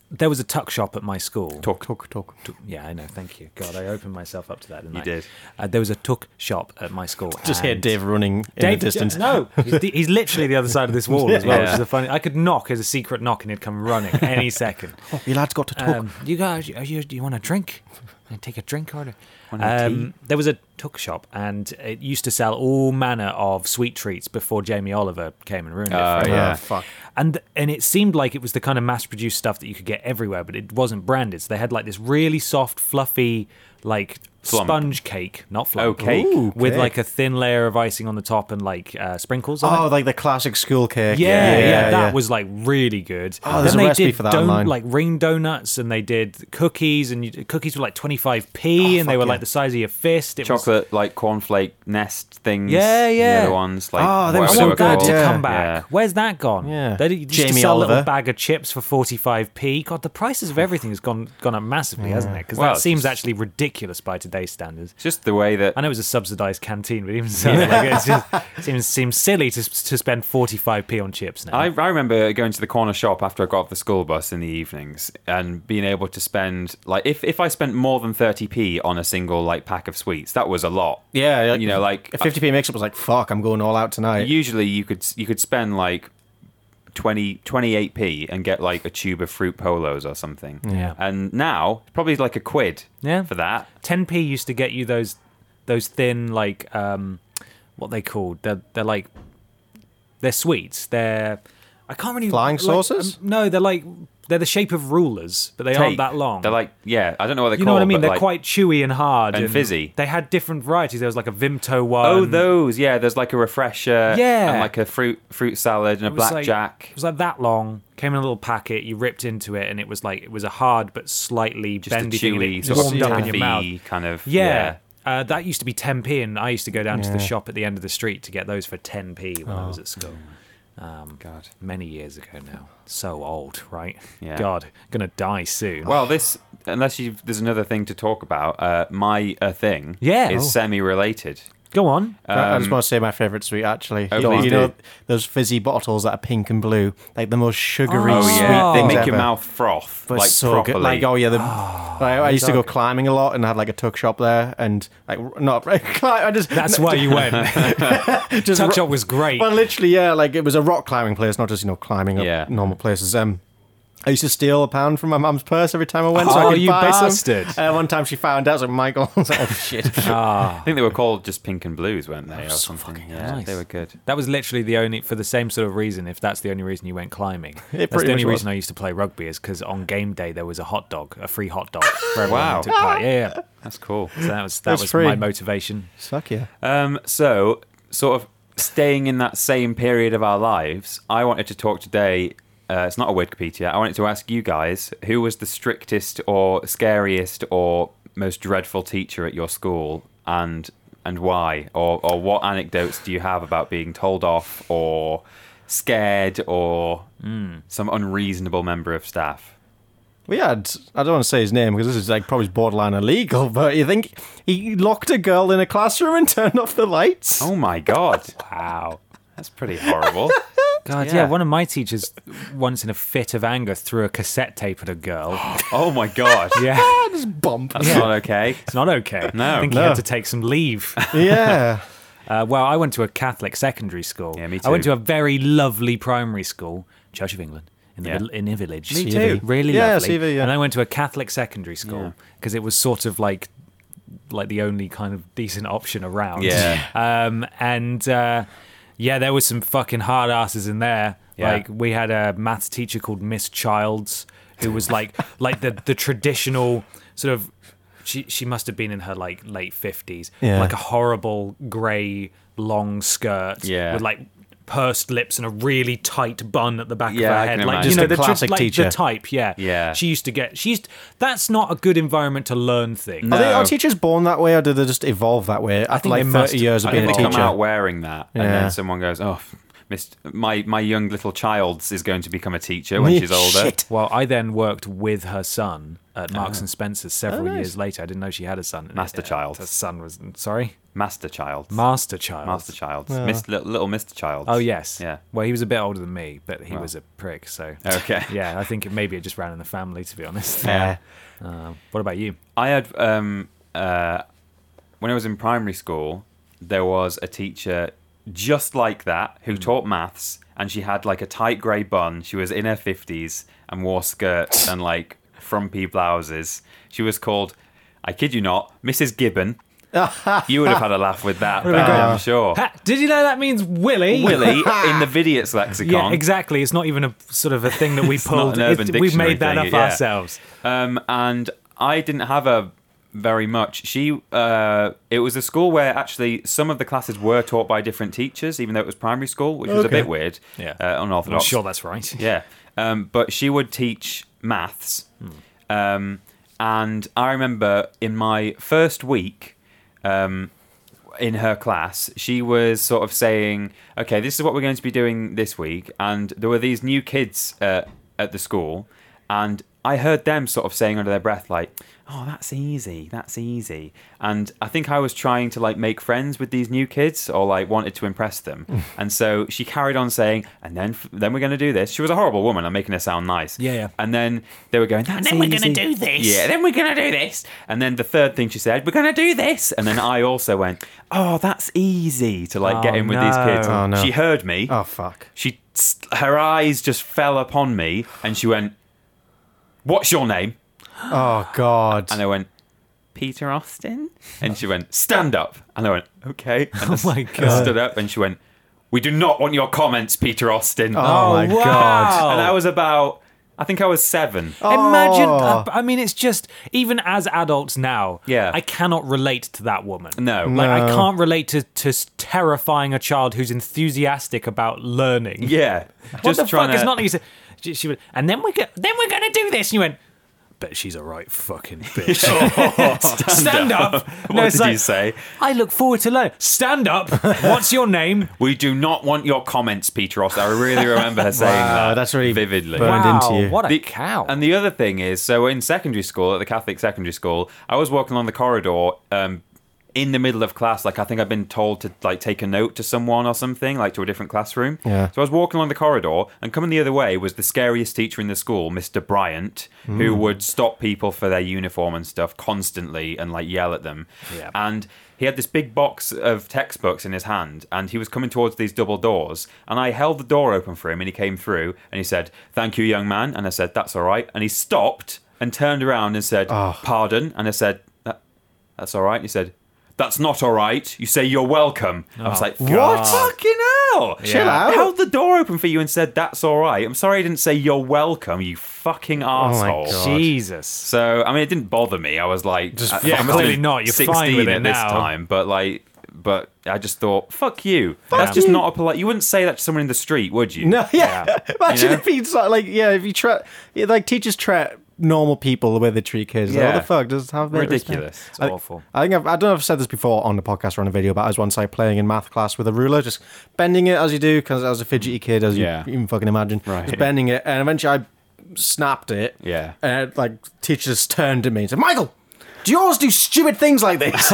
there was a tuck shop at my school.
talk talk talk.
Yeah, I know. Thank you. God, I opened myself up to that. Didn't
You
I?
did.
Uh, there was a tuck shop at my school.
(laughs) Just hear
and-
Dave running in
Dave,
the distance. (laughs)
No, he's, the- he's literally the other side of this wall as well,
Yeah.
which is a funny. I could knock as a secret knock, and he'd come running any second.
You Oh, lads got to talk.
Um, you guys, are you, do you want a drink? Can I take a drink order?
a
Um, there was a tuck shop, and it used to sell all manner of sweet treats before Jamie Oliver came and ruined
Oh,
Uh,
it. for us.
yeah.
fuck.
And and it seemed like it was the kind of mass-produced stuff that you could get everywhere, but it wasn't branded. So they had like this really soft, fluffy, like
Flump.
sponge cake, not flump,
Oh, cake. Ooh,
with
cake.
like a thin layer of icing on the top and like uh, sprinkles. on it.
Oh, like the classic school cake.
Yeah, yeah, that
yeah.
was like really good.
Oh, there's
then
a
they
recipe
did
for that
don-
online.
like ring donuts, and they did cookies, and you, cookies were like 25p, and they
Oh, fuck
were
yeah.
like the size of your fist. It was,
Chocolate like cornflake nest things.
Yeah, yeah. Ah,
The other ones like
Oh, they
whatever
were
I
so
want that
called.
to
Yeah.
come back. Where's that gone?
Yeah.
They used to
Jamie
sell a little
Oliver.
bag of chips for 45p. God, the prices of everything has gone gone up massively, hasn't it? Because
Well,
that seems
it's-
actually ridiculous by today's standards.
It's just the way that
I know it was a subsidized canteen, but even so, like, it just seems seems silly to to spend 45p on chips now.
I, I remember going to the corner shop after I got off the school bus in the evenings and being able to spend like if, if I spent more than thirty p on a single like pack of sweets, that was a lot.
Yeah, like-
you know, like uh,
A 50p
uh,
mix up was like, fuck, I'm going all out tonight.
usually you could you could spend like 20 28 p and get like a tube of fruit polos or something.
Yeah.
And now it's probably like a quid.
Yeah.
For that.
10p used to get you those those thin like um what they called they're they're like they're sweets they're i can't really
Flying
like,
saucers?
um, no they're like they're the shape of rulers but they aren't
Tape.
that long
They're like yeah, I don't know what they're
you know
called.
what i mean
but,
they're
like-
quite chewy and hard
and fizzy.
they had different varieties there was like a vimto one.
Oh, those yeah. There's like a refresher,
Yeah.
and like a fruit fruit salad and a
It was like-
blackjack.
it was like that long came in a little packet you ripped into it and it was like it was a hard but slightly
just
bendy
a
thing, and
chewy,
it
sort of
warmed up in your
taffy
mouth
kind of.
Yeah. Uh, that used to be 10p, and I used to go down to the shop at the end of the street to get those for 10p when I was at school. Um,
God.
Many years ago now. So old, right?
Yeah.
God, gonna die soon.
Well, this unless you there's another thing to talk about. Uh, my uh, thing
Yeah.
is
Oh.
semi-related.
Go on.
uh,
I I just want to say my favourite sweet, actually.
Oh,
you know,
please
you know
do.
those fizzy bottles that are pink and blue, like the most sugary
Oh,
sweet
yeah.
they
things
make your
ever.
mouth froth
But
like
so
properly.
good. Like oh yeah,
(sighs)
the, I, I used to go climbing a lot and had like a tuck shop there and like r- not (laughs) climb. I just (laughs)
That's
(laughs)
why you went.
just
Tuck
ro-
Shop was great.
Well, literally, yeah, like it was a rock climbing place, not just you know climbing up
Yeah.
normal places. Um, I used to steal a pound from my mum's purse every time I went, so
Oh,
I could
you
buy
bastard.
some. Uh, one time she found out, so Michael (laughs) I was like, "Oh shit!"
I think they were called just pink and blues, weren't they, or something? yeah,
nice.
they were good.
That was literally the only, for the same sort of reason, if that's the only reason you
(laughs)
went climbing. that's
pretty
the only
much
reason I used to play rugby, is because on game day there was a hot dog, a free hot dog for everyone
Wow.
who took part.
(laughs)
Yeah, yeah.
That's cool.
So that was, that
That's
was
free.
my motivation.
Suck yeah.
Um, so sort of staying in that same period of our lives, I wanted to talk today. Uh, it's not a Wikipedia. I wanted to ask you guys who was the strictest or scariest or most dreadful teacher at your school, and and why, or or what anecdotes do you have about being told off or scared or
Hmm.
some unreasonable member of staff?
We had, I don't want to say his name because this is like probably borderline illegal, but you think he locked a girl in a classroom and (laughs) turned off the lights?
Oh my god,
Wow.
that's pretty horrible.
God, yeah.
Yeah.
One of my teachers, once in a fit of anger, threw a cassette tape at a girl. (gasps)
Oh my god,
(laughs) yeah,
Bump.
that's not okay.
it's not okay.
No.
I think he
No.
had to take some leave.
Yeah.
Uh, well, I went to a Catholic secondary school.
Yeah, me
I went
too.
to a very lovely primary school, Church of England, in the
Yeah.
middle, in a village.
Me CV. too.
Really
Yeah,
lovely.
CV, yeah.
And I went to a Catholic secondary school because it was sort of like like the only kind of decent option around.
Yeah.
Um, and uh, yeah, there was some fucking hard asses in there.
Yeah.
Like we had a maths teacher called Miss Childs who was like (laughs) like the the traditional sort of she she must have been in her like late 50s
Yeah.
like a horrible grey long skirt
Yeah.
with like pursed lips and a really tight bun at the back
Yeah,
of
I
her
can
head like
imagine.
you know
Just a
the tr-
classic
like,
teacher.
the type yeah
Yeah.
she used to get she used that's not a good environment to learn things
Are, they, are
No.
teachers born that way, or do they just evolve that way after
think
like
they
30
must.
years of
I
being
think
a
they come
teacher?
out wearing that, and
Yeah.
then someone goes, "Oh, Miss, my my young little child's is going to become a teacher
(laughs)
when she's older."
Shit.
Well, I then worked with her son at Marks and Spencer's several years later. I didn't know she had a son.
Uh-huh. Oh, Master
Uh,
child.
Her son was sorry,
Master child,
Master Child.
master child, Miss, little, little Mister Child.
Oh yes.
yeah.
Well, he was a bit older than me, but he was a prick. So
Okay.
(laughs) Yeah, I think it, maybe it just ran in the family, to be honest.
Yeah.
Um, what about you?
I had um, uh, when I was in primary school, there was a teacher just like that who taught maths, and she had like a tight grey bun. She was in her fifties and wore skirts and like frumpy blouses. She was called, I kid you not, Mrs. Gibbon. you would have had a laugh with that, but I'm sure.
Ha, did you know that means Willie?
Willie in the Vidiot's lexicon.
(laughs) Yeah, exactly. It's not even a sort of a thing that we pulled.
an Urban
It's- we've
Dictionary
made that
thing,
up
yeah.
ourselves.
Um, and I didn't have her very much. She, uh, it was a school where actually some of the classes were taught by different teachers, even though it was primary school, which was a bit weird.
Yeah.
uh,
I'm
unorthodox.
sure that's right.
Yeah. Um, but she would teach maths.
Hmm.
Um, and I remember in my first week um, in her class, she was sort of saying, okay, this is what we're going to be doing this week. And there were these new kids uh, at the school. And I heard them sort of saying under their breath, like, oh, that's easy. That's easy. And I think I was trying to like make friends with these new kids or like wanted to impress
(laughs)
them. and so she carried on saying, and then, then we're going to do this. She was a horrible woman. I'm making her sound nice.
Yeah, yeah.
And then they were going, and then we're going to do this. Yeah, then we're going to do this. And then the third thing she said, we're going to do this. And then I also went, oh, that's easy to like get
Oh,
in with these kids.
no.
Oh, no.
She heard me.
Oh, fuck.
She, her eyes just fell upon me and she went, what's your name?
Oh, God.
And I went, Peter Austin? And she went, stand up. And I went, okay.
(laughs) Oh
And I,
my
and I
God.
stood up and she went, we do not want your comments, Peter Austin.
Oh, my
wow.
God.
And I was about, I think I was seven.
Imagine.
Oh.
uh, I mean, it's just even as adults now.
Yeah.
I cannot relate to that woman.
No.
like I can't relate to to s- terrifying a child who's enthusiastic about learning.
Yeah.
What
Just
the
trying
fuck? It's
to-
not like you said. She, she would, and then we go, then we're gonna do this. And you went, but she's a right
(laughs)
fucking bitch. (laughs) stand, up.
(laughs) What did you say?
I look forward to learn. Stand up. What's
(laughs)
your name?
We do not want your comments, Peter Austin. I really remember her saying
Wow,
that.
that's really
vividly.
burnt Wow, into you.
What a
The-
cow.
And the other thing is, so in secondary school, at the Catholic secondary school, I was walking along the corridor um, in the middle of class. Like I think I'd been told to like take a note to someone or something, like to a different classroom.
Yeah.
So I was walking along the corridor, and coming the other way was the scariest teacher in the school, Mr. Bryant, who would stop people for their uniform and stuff constantly and like yell at them.
Yeah.
And he had this big box of textbooks in his hand, and he was coming towards these double doors. And I held the door open for him, and he came through, and he said, "Thank you, young man." And I said, "That's all right." And he stopped and turned around and said, "Pardon." And I said, that, "That's all right." And he said, "That's not all right. You say you're welcome." I was like, "What? Fucking hell!"
Chill
I
out.
held the door open for you and said, "That's all right." I'm sorry I didn't say you're welcome. You fucking
Oh
asshole.
God.
Jesus.
So I mean, it didn't bother me. I was like,
Just
I-
fuck
I must
off.
have
Clearly
been
not. You're fine
16
with it
at this
now.
time, but like, but I just thought, fuck you. That's just not a polite. You wouldn't say that to someone in the street, would you?
No, (laughs) yeah. Imagine
know?
if he's like, like, yeah, if you try, yeah, like teachers treat normal people the way they treat kids. Like, what
Yeah.
the fuck? Just have a bit of respect.
Ridiculous.
It's awful.
I think I've, I don't know if I've said this before on the podcast or on a video, but I was once like playing in math class with a ruler, just bending it as you do, because I was a fidgety kid, as
Yeah.
you even fucking imagine.
Right.
Just bending it, and eventually I snapped it.
Yeah.
And uh, like teachers turned to me and said, "Michael, do you always do stupid things like
(laughs)
this?"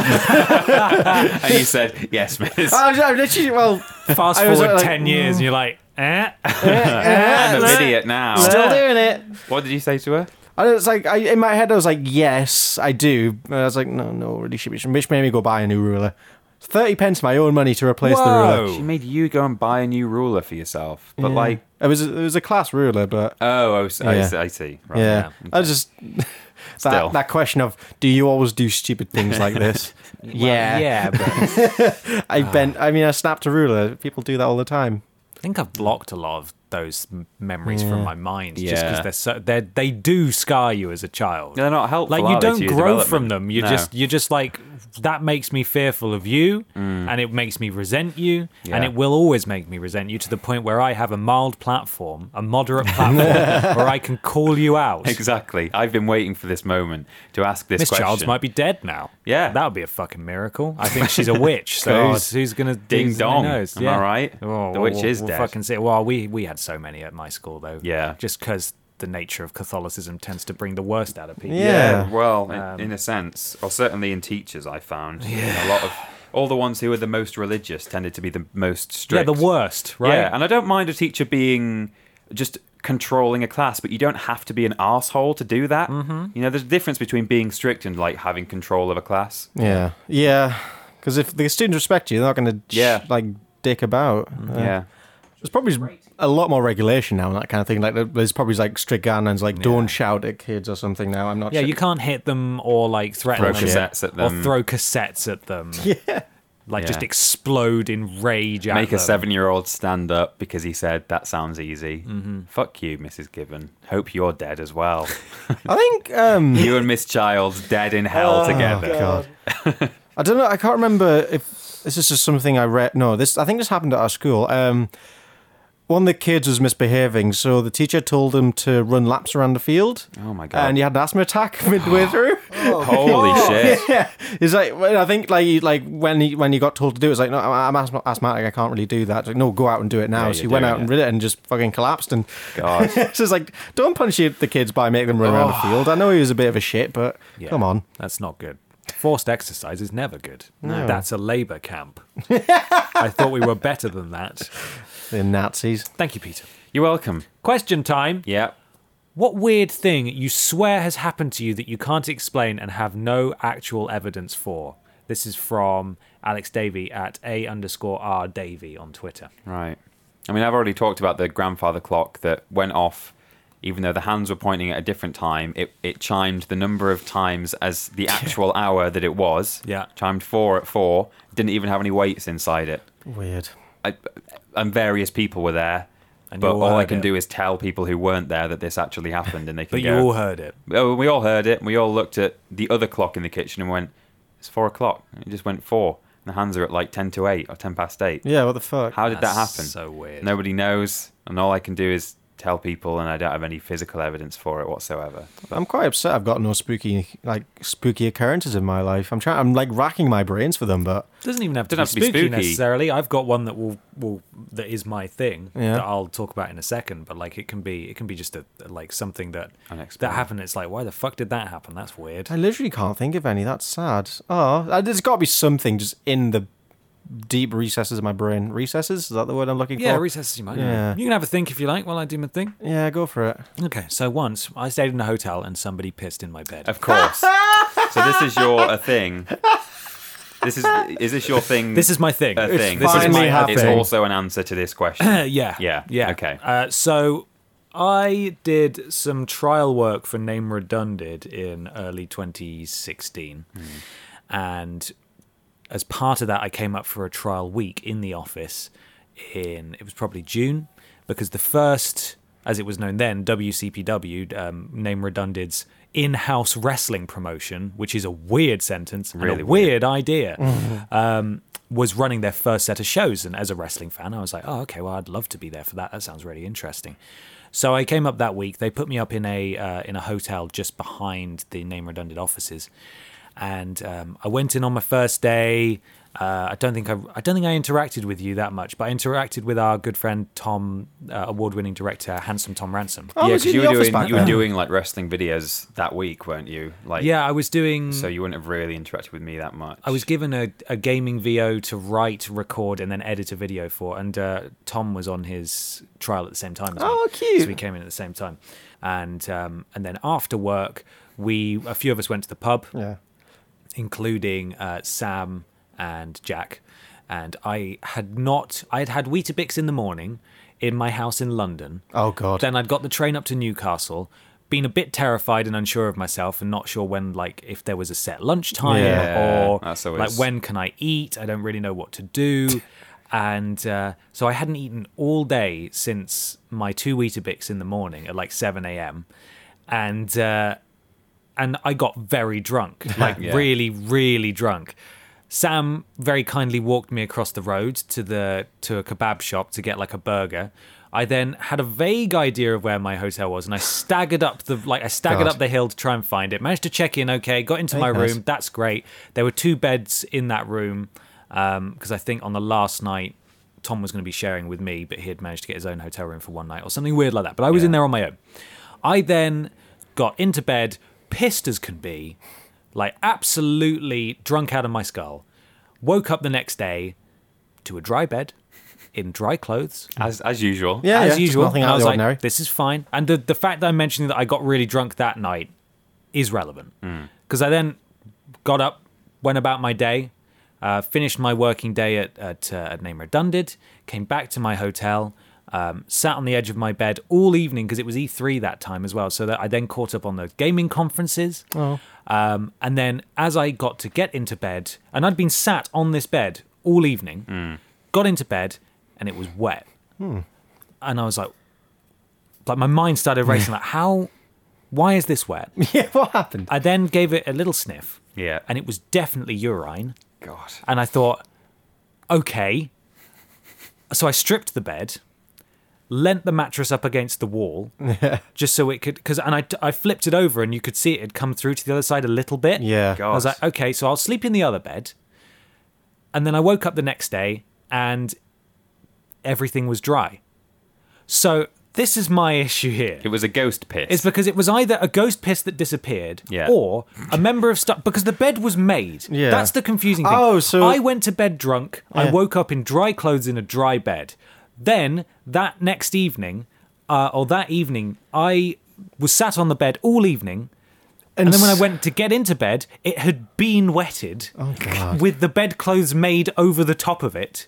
And you said, yes,
(laughs)
miss.
I, was, I
(laughs)
literally, well, (laughs)
Fast
I was,
forward
like,
ten years, and you're like, eh.
I'm an idiot now.
still doing it.
What did you say to her?
I was like, I, in my head, I was like, "Yes, I do." And I was like, "No, no, really, should be," which made me go buy a new ruler. Thirty pence, of my own money to replace the ruler.
She made you go and buy a new ruler for yourself. But like,
It was it was a class ruler, but
oh, I, was- I
Yeah.
see- I see. Right.
yeah, I was just (laughs)
Still.
that, that question of do you always do stupid things like (laughs) this? yeah,
(laughs) (laughs) Yeah, but I
I bent. I mean, I snapped a ruler. People do that all the time.
think I've blocked a lot of those m- memories from my mind just
Yeah.
because they're so they they do scar you as a child.
They're not helpful,
Like
are
you
they, to
don't
your
grow from
development?
them. You
No.
just you're just like that makes me fearful of you, and it makes me resent you, and
Yeah.
it will always make me resent you to the point where I have a mild platform, a
(laughs)
moderate platform, where I can call you (laughs)
(laughs)
out.
Exactly. I've been waiting for this moment to ask this
Miss
question.
Childs might be dead now.
Yeah.
that would be a fucking miracle. I think she's a
(laughs)
witch. So
God.
who's, who's gonna
Ding
who's- who
dong.
knows? Oh,
Am I right? The witch
we'll-
is
we'll
dead.
Fucking see. Well, we we had so many at my school though.
Yeah.
just because the nature of Catholicism tends to bring the worst out of people.
Yeah,
Yeah.
well, in,
Um,
in a sense, or certainly in teachers, I found a lot of all the ones who were the most religious tended to be the most
yeah,
strict.
the worst, right?
Yeah, and I don't mind a teacher being just controlling a class, but you don't have to be an asshole to do that. Mm-hmm. You know, there's a difference between being strict and like having control of a class.
Yeah, yeah. Because if the students respect you, they're not going to
Yeah.
like dick about. Uh,
Yeah,
there's probably a lot more regulation now and that kind of thing. Like there- there's probably like strict guidelines, like don't shout at kids or something. Now I'm not.
yeah,
sure.
you can't hit them or like threaten
Throw
them
cassettes at
or
them.
throw cassettes at them. Yeah, like just
Yeah.
explode in rage. at
make a
them.
seven-year-old stand up because he said that sounds easy. Mm-hmm. Fuck you, Mrs. Gibbon. Hope you're dead as well.
I think. Um,
you and Miss Childs dead in
Oh,
hell together.
(laughs) I don't know. I can't remember if this is just something I read. No, this I think this happened at our school. Um, one of the kids was misbehaving, so the teacher told him to run laps around the field.
Oh my God.
And he had an asthma attack (laughs) midway through.
Holy
Oh.
shit.
Oh. (laughs) yeah, he's like, well, I think like he- like when he when he got told to do it, it's like, no, I'm asthma- asthmatic, I can't really do that. It's like, no, go out and do it now.
Yeah,
so he
you're
went
doing
out and
it.
did it and just fucking collapsed. And
God.
(laughs)
Oh.
so it's like, don't punish the kids by making them run around the field. I know he was a bit of a shit, but
Yeah,
come on.
That's not good. Forced exercise is never good. That's a labor camp. (laughs) I thought we were better than that.
The Nazis.
Thank you, Peter.
You're welcome.
Question time.
Yeah.
What weird thing you swear has happened to you that you can't explain and have no actual evidence for? This is from Alex Davey at A underscore R Davey on Twitter.
Right. I mean, I've already talked about the grandfather clock that went off, even though the hands were pointing at a different time. It, it chimed the number of times as the actual hour that it was.
Yeah.
Chimed four at four. Didn't even have any weights inside it.
Weird.
I, and various people were there.
And
but
you all
all I
heard
can
it.
do is tell people who weren't there that this actually happened,
(laughs)
and they can
But
go.
you all heard it.
Oh, we all heard it. and We all looked at the other clock in the kitchen and went, "It's four o'clock." And it just went four, and the hands are at like ten to eight or ten past eight.
Yeah, what the fuck?
How did that
That's
happen?
so weird.
Nobody knows, and all I can do is tell people, and I don't have any physical evidence for it whatsoever.
I'm quite upset. I've got no spooky like spooky occurrences in my life. I'm trying. I'm like racking my brains for them, but
Doesn't even have to,
Doesn't
be,
have to be
spooky,
spooky.
necessarily. I've got one that will, will that is my thing
Yeah.
that I'll talk about in a second. But like it can be it can be just a like something that
Unexplained.
that happened. It's like why the fuck did that happen? That's weird.
I literally can't think of any. That's sad. Oh, uh, there's got to be something just in the deep recesses of my brain. Recesses is that the word I'm looking
Yeah,
for?
recesses you might.
Yeah.
You can have a think if you like while I do my thing.
Yeah, go for it.
Okay, so once I stayed in a hotel and somebody pissed in my bed.
Of course. so this is your a thing. This is is this your thing?
This is my thing.
a
It's
thing. this is
finally
my, It's
happening.
also an answer to this question.
(clears throat) yeah.
Yeah,
Yeah.
okay.
Uh, so I did some trial work for Name Redundant in early 2016. And as part of that, I came up for a trial week in the office in, it was probably June, because the first, as it was known then, WCPW, um, Name Redundant's in house wrestling promotion, which is a weird sentence, and a
Really weird. Mm.
weird weird idea um, was running their first set of shows. And as a wrestling fan, I was like, oh, okay, well, I'd love to be there for that. That sounds really interesting. So I came up that week. They put me up in a uh, in a hotel just behind the name redundant offices, and um, I went in on my first day. Uh, I don't think I, I don't think I interacted with you that much, but I interacted with our good friend Tom, uh, award-winning director, handsome Tom Ransom.
I
yeah,
was in
you
the
were
office
doing
back
you were
then.
doing like wrestling videos that week, weren't you? Like
Yeah, I was doing.
So you wouldn't have really interacted with me that much.
I was given a, a gaming VO to write, record, and then edit a video for, and uh, Tom was on his trial at the same time. As
Oh,
me.
cute.
So we came in at the same time, and um, and then after work, we a few of us went to the pub,
Yeah.
including uh, Sam and Jack, and I had not. I had had Weetabix in the morning in my house in London.
Oh god.
Then I'd got the train up to Newcastle, been a bit terrified and unsure of myself, and not sure when, like, if there was a set lunchtime
Yeah,
or
that's
like
always-
when can I eat? I don't really know what to do. And uh, so I hadn't eaten all day since my two Weetabix in the morning at like 7 a.m. And uh, and I got very drunk, like
Yeah.
really, really drunk. Sam very kindly walked me across the road to the to a kebab shop to get like a burger. I then had a vague idea of where my hotel was, and I staggered up the like I staggered
God.
up the hill to try and find it. Managed to check in, okay, got into my
nice.
room. That's great. There were two beds in that room because I think on the last night Tom was going to be sharing with me, but he had managed to get his own hotel room for one night or something weird like that. But I was in there on my own. I then got into bed, pissed as can be, like absolutely drunk out of my skull. Woke up the next day to a dry bed in dry clothes
as as usual.
Mm. Yeah,
as
just
usual.
Nothing
and
out
I
of
was
the
like, (laughs)
ordinary.
this is fine. And the, the fact that I'm mentioning that I got really drunk that night is relevant. Because I then got up, went about my day, uh, finished my working day at, at, uh, at Name Redundant, came back to my hotel, um, sat on the edge of my bed all evening because it was E3 that time as well. So that I then caught up on the gaming conferences.
Oh.
Um, and then as I got to get into bed, and I'd been sat on this bed all evening, got into bed, and it was wet and I was like, like my mind started racing. Like, how? Why is this wet?
(laughs) yeah, what happened?
I then gave it a little sniff,
Yeah.
and it was definitely urine.
God.
And I thought, okay. So I stripped the bed, leant the mattress up against
(laughs)
the wall, just so it could. Because and I, I flipped it over, and you could see it had come through to the other side a little bit.
Yeah.
I was
God.
like, okay, so I'll sleep in the other bed. And then I woke up the next day, and everything was dry. So this is my (laughs) issue here.
It was a ghost piss.
It's because it was either a ghost piss that disappeared,
Yeah.
or a member of staff. Because the bed was made.
Yeah.
That's the confusing thing.
Oh, so-
I went to bed drunk. I
Yeah.
woke up in dry clothes in a dry bed. Then that next evening, uh, or that evening, I was sat on the bed all evening. And, then when I went to get into bed, it had been wetted
Oh, God.
with the bedclothes made over the top of it.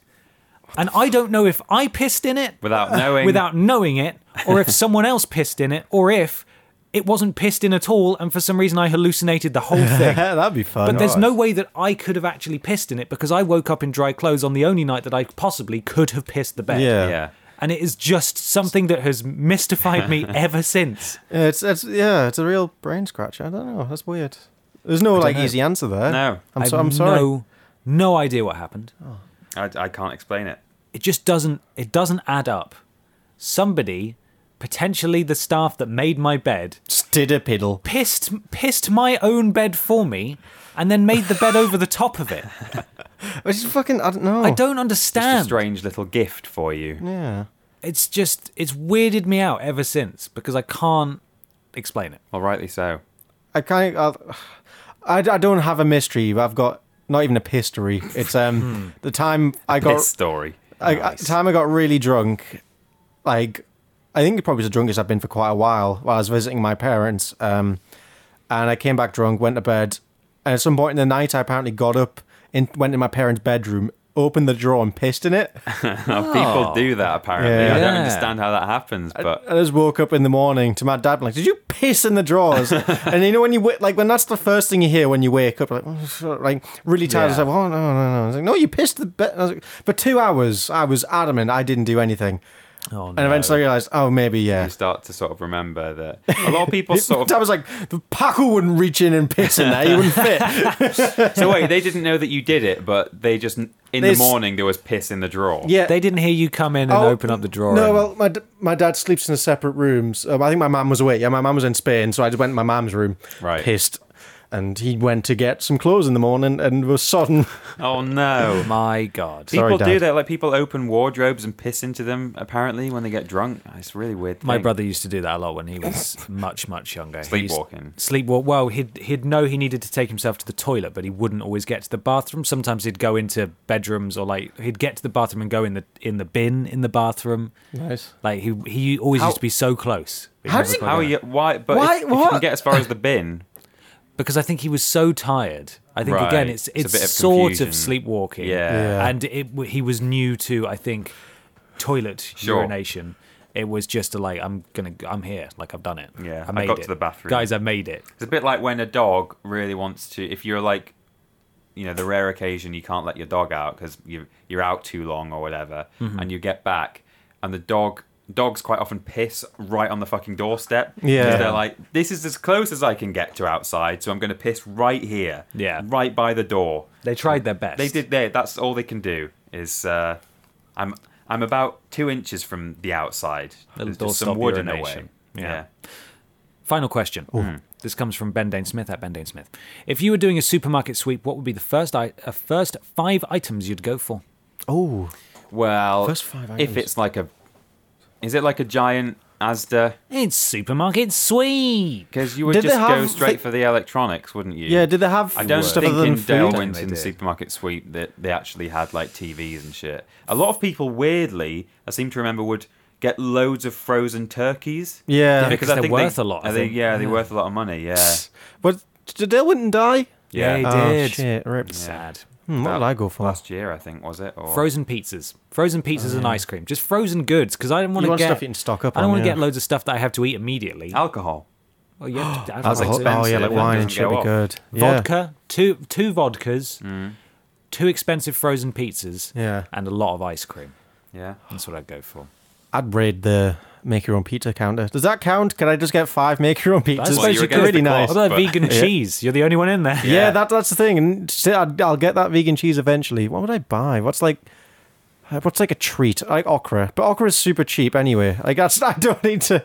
And I don't know if I pissed in it
without knowing.
without knowing it, or
(laughs)
if someone else pissed in it, or if it wasn't pissed in at all, and for some reason I hallucinated the
(laughs)
whole
(laughs)
thing.
Yeah, that'd be fun.
But there's
Right.
no way that I could have actually pissed in it because I woke up in dry clothes on the only night that I possibly could have pissed the bed.
Yeah.
Yeah.
And it is just something that has
(laughs)
mystified me ever since.
Yeah, it's it's yeah, it's a real brain scratcher. I don't know. That's weird. There's no like
know.
easy answer there.
No.
I'm,
I
so,
have
I'm sorry. Oh.
No, no idea what happened.
I, I can't explain it.
It just doesn't. It doesn't add up. Somebody, potentially the staff that made my bed,
Stidder piddle.
pissed pissed my own bed for me and then made the bed over the top of it.
Which is fucking. I don't know.
I don't
Just a
understand.
strange little gift for you.
Yeah.
It's just it's weirded me out ever since because I can't explain it.
Well, rightly so.
I kind of. I, I don't have a mystery. But I've got not even a history. It's um the time I got
Piss story.
I, I-
Nice.
time I got really drunk, like I think it probably was the drunkest I've been for quite a while. While I was visiting my parents, um, and I came back drunk, went to bed, and at some point in the night, I apparently got up and went in my parents' bedroom, opened the drawer, and pissed in it. (laughs)
(laughs) People do that apparently. I don't
Yeah.
understand how that happens, but
Oh. I just woke up in the morning to my dad, like, "Did you piss in the
(laughs)
drawers?" and you know when you wa- like when that's the first thing you hear when you wake up, like, (laughs) like really tired. I was
Yeah.
like, "Oh no, no, no!" I was like, "No, you pissed the bed." I was like, for two hours, I was adamant I didn't do anything.
Oh,
And
no.
eventually I realized, oh, maybe, yeah.
you start to sort of remember
(laughs)
that a lot of people sort
I
of.
was like, the Paco wouldn't reach in and piss in there. He wouldn't
(laughs)
fit.
So
(laughs)
wait, they didn't know that you did it, but they just in the
This-
morning there was piss in the drawer.
yeah.
They didn't hear you come in and open up the drawer.
Oh, No,
and-
well, my, d- my dad sleeps in a separate room. So I think my mum was away. Yeah, my mum was in Spain. So I just went to my mum's room,
Right.
pissed. And he went to get some clothes in the morning and was sodden. (laughs)
Oh no.
my god.
People
Dad.
do that. Like people open wardrobes and piss into them. Apparently, when they get drunk, it's a really weird.
my
thing.
brother used to do that a lot when
(laughs)
he was much, much younger. He used-
Sleepwalking.
Sleepwalk. Well, he'd he'd know he needed to take himself to the toilet, but he wouldn't always get to the bathroom. Sometimes he'd go into bedrooms or like he'd get to the bathroom and go in the in the bin in the bathroom.
Nice.
Like he he always used to be so close.
How does he-
How are you? Why? But
Why-
If, if you
what?
can get as far as the bin,
because I think he was so tired. I think
Right.
again, it's
It's a
it's,
bit of
sort of
confusion.
sleepwalking.
Yeah.
Yeah.
and it w- he was new to I think toilet
Sure.
urination. It was just a, like I'm gonna I'm here, like I've done it.
Yeah,
I
I
made
got
it.
to the bathroom.
guys. I made it.
it's a bit like when a dog really wants to. If you're like you know the rare occasion you can't let your dog out because you you're out too long or whatever,
Mm-hmm.
and you get back, and the dog dogs quite often piss right on the fucking doorstep. 'Cause
Yeah.
they're like, this is as close as I can get to outside, so I'm going to piss right here.
Yeah.
right by the door.
They tried their best.
They did. They that's all they can do is. Uh, I'm I'm about two inches from the outside. There's
door
just some
stop
wood in the way.
urination. Yeah. Final question.
Hmm.
This comes from Ben Dane Smith at Ben Dane Smith. If you were doing a supermarket sweep, what would be the first I- uh, first five items you'd go for?
Oh,
Well,
First five
if
items.
it's like a, is it like a giant Asda?
It's supermarket sweep.
Because you would
Did they
just go
have
straight
thi-
for the electronics, wouldn't you?
yeah. Did they have
I don't
stuff
think
other than
in
food?
Don't they
Derwent's and
do?
supermarket sweep that they actually had like TVs and shit. A lot of people, weirdly, I seem to remember, would get loads of frozen turkeys.
Yeah. Yeah,
because they're worth a lot, I
are they-
think.
yeah, they're worth a lot of money. Yeah.
But did Derwent die?
Yeah.
they
Oh,
did.
shit, ripped.
Sad.
Hmm, what did I go for?
Last year, I think, was it? Or
Frozen pizzas, frozen pizzas and ice cream, just frozen goods. Because I don't want
Oh, You
to
want
get
stuff you can stock up
I don't
on,
want to
yeah.
get loads of stuff that I have to eat immediately.
alcohol.
(gasps)
Oh, yeah,
That's
I
a
don't know.
hot- oh yeah,
expensive,
like
it
wine
doesn't
and shit
go
would be
off.
good. Yeah. Mm.
vodka, two two vodkas, two expensive frozen pizzas,
Yeah.
and a lot of ice cream.
Yeah.
That's what I'd go for.
I'd raid the make your own pizza counter. Does that count? Can I just get five make your own pizzas?
That's what
you were
basically
going
really
for.
nice.
What about
but-
(laughs)
vegan cheese? You're the only one in there.
Yeah, that that's the thing. And so I'd- I'll get that vegan cheese eventually. What would I buy? What's like, uh, what's like a treat? I Like okra, but okra is super cheap anyway. Like that's (laughs) I don't need to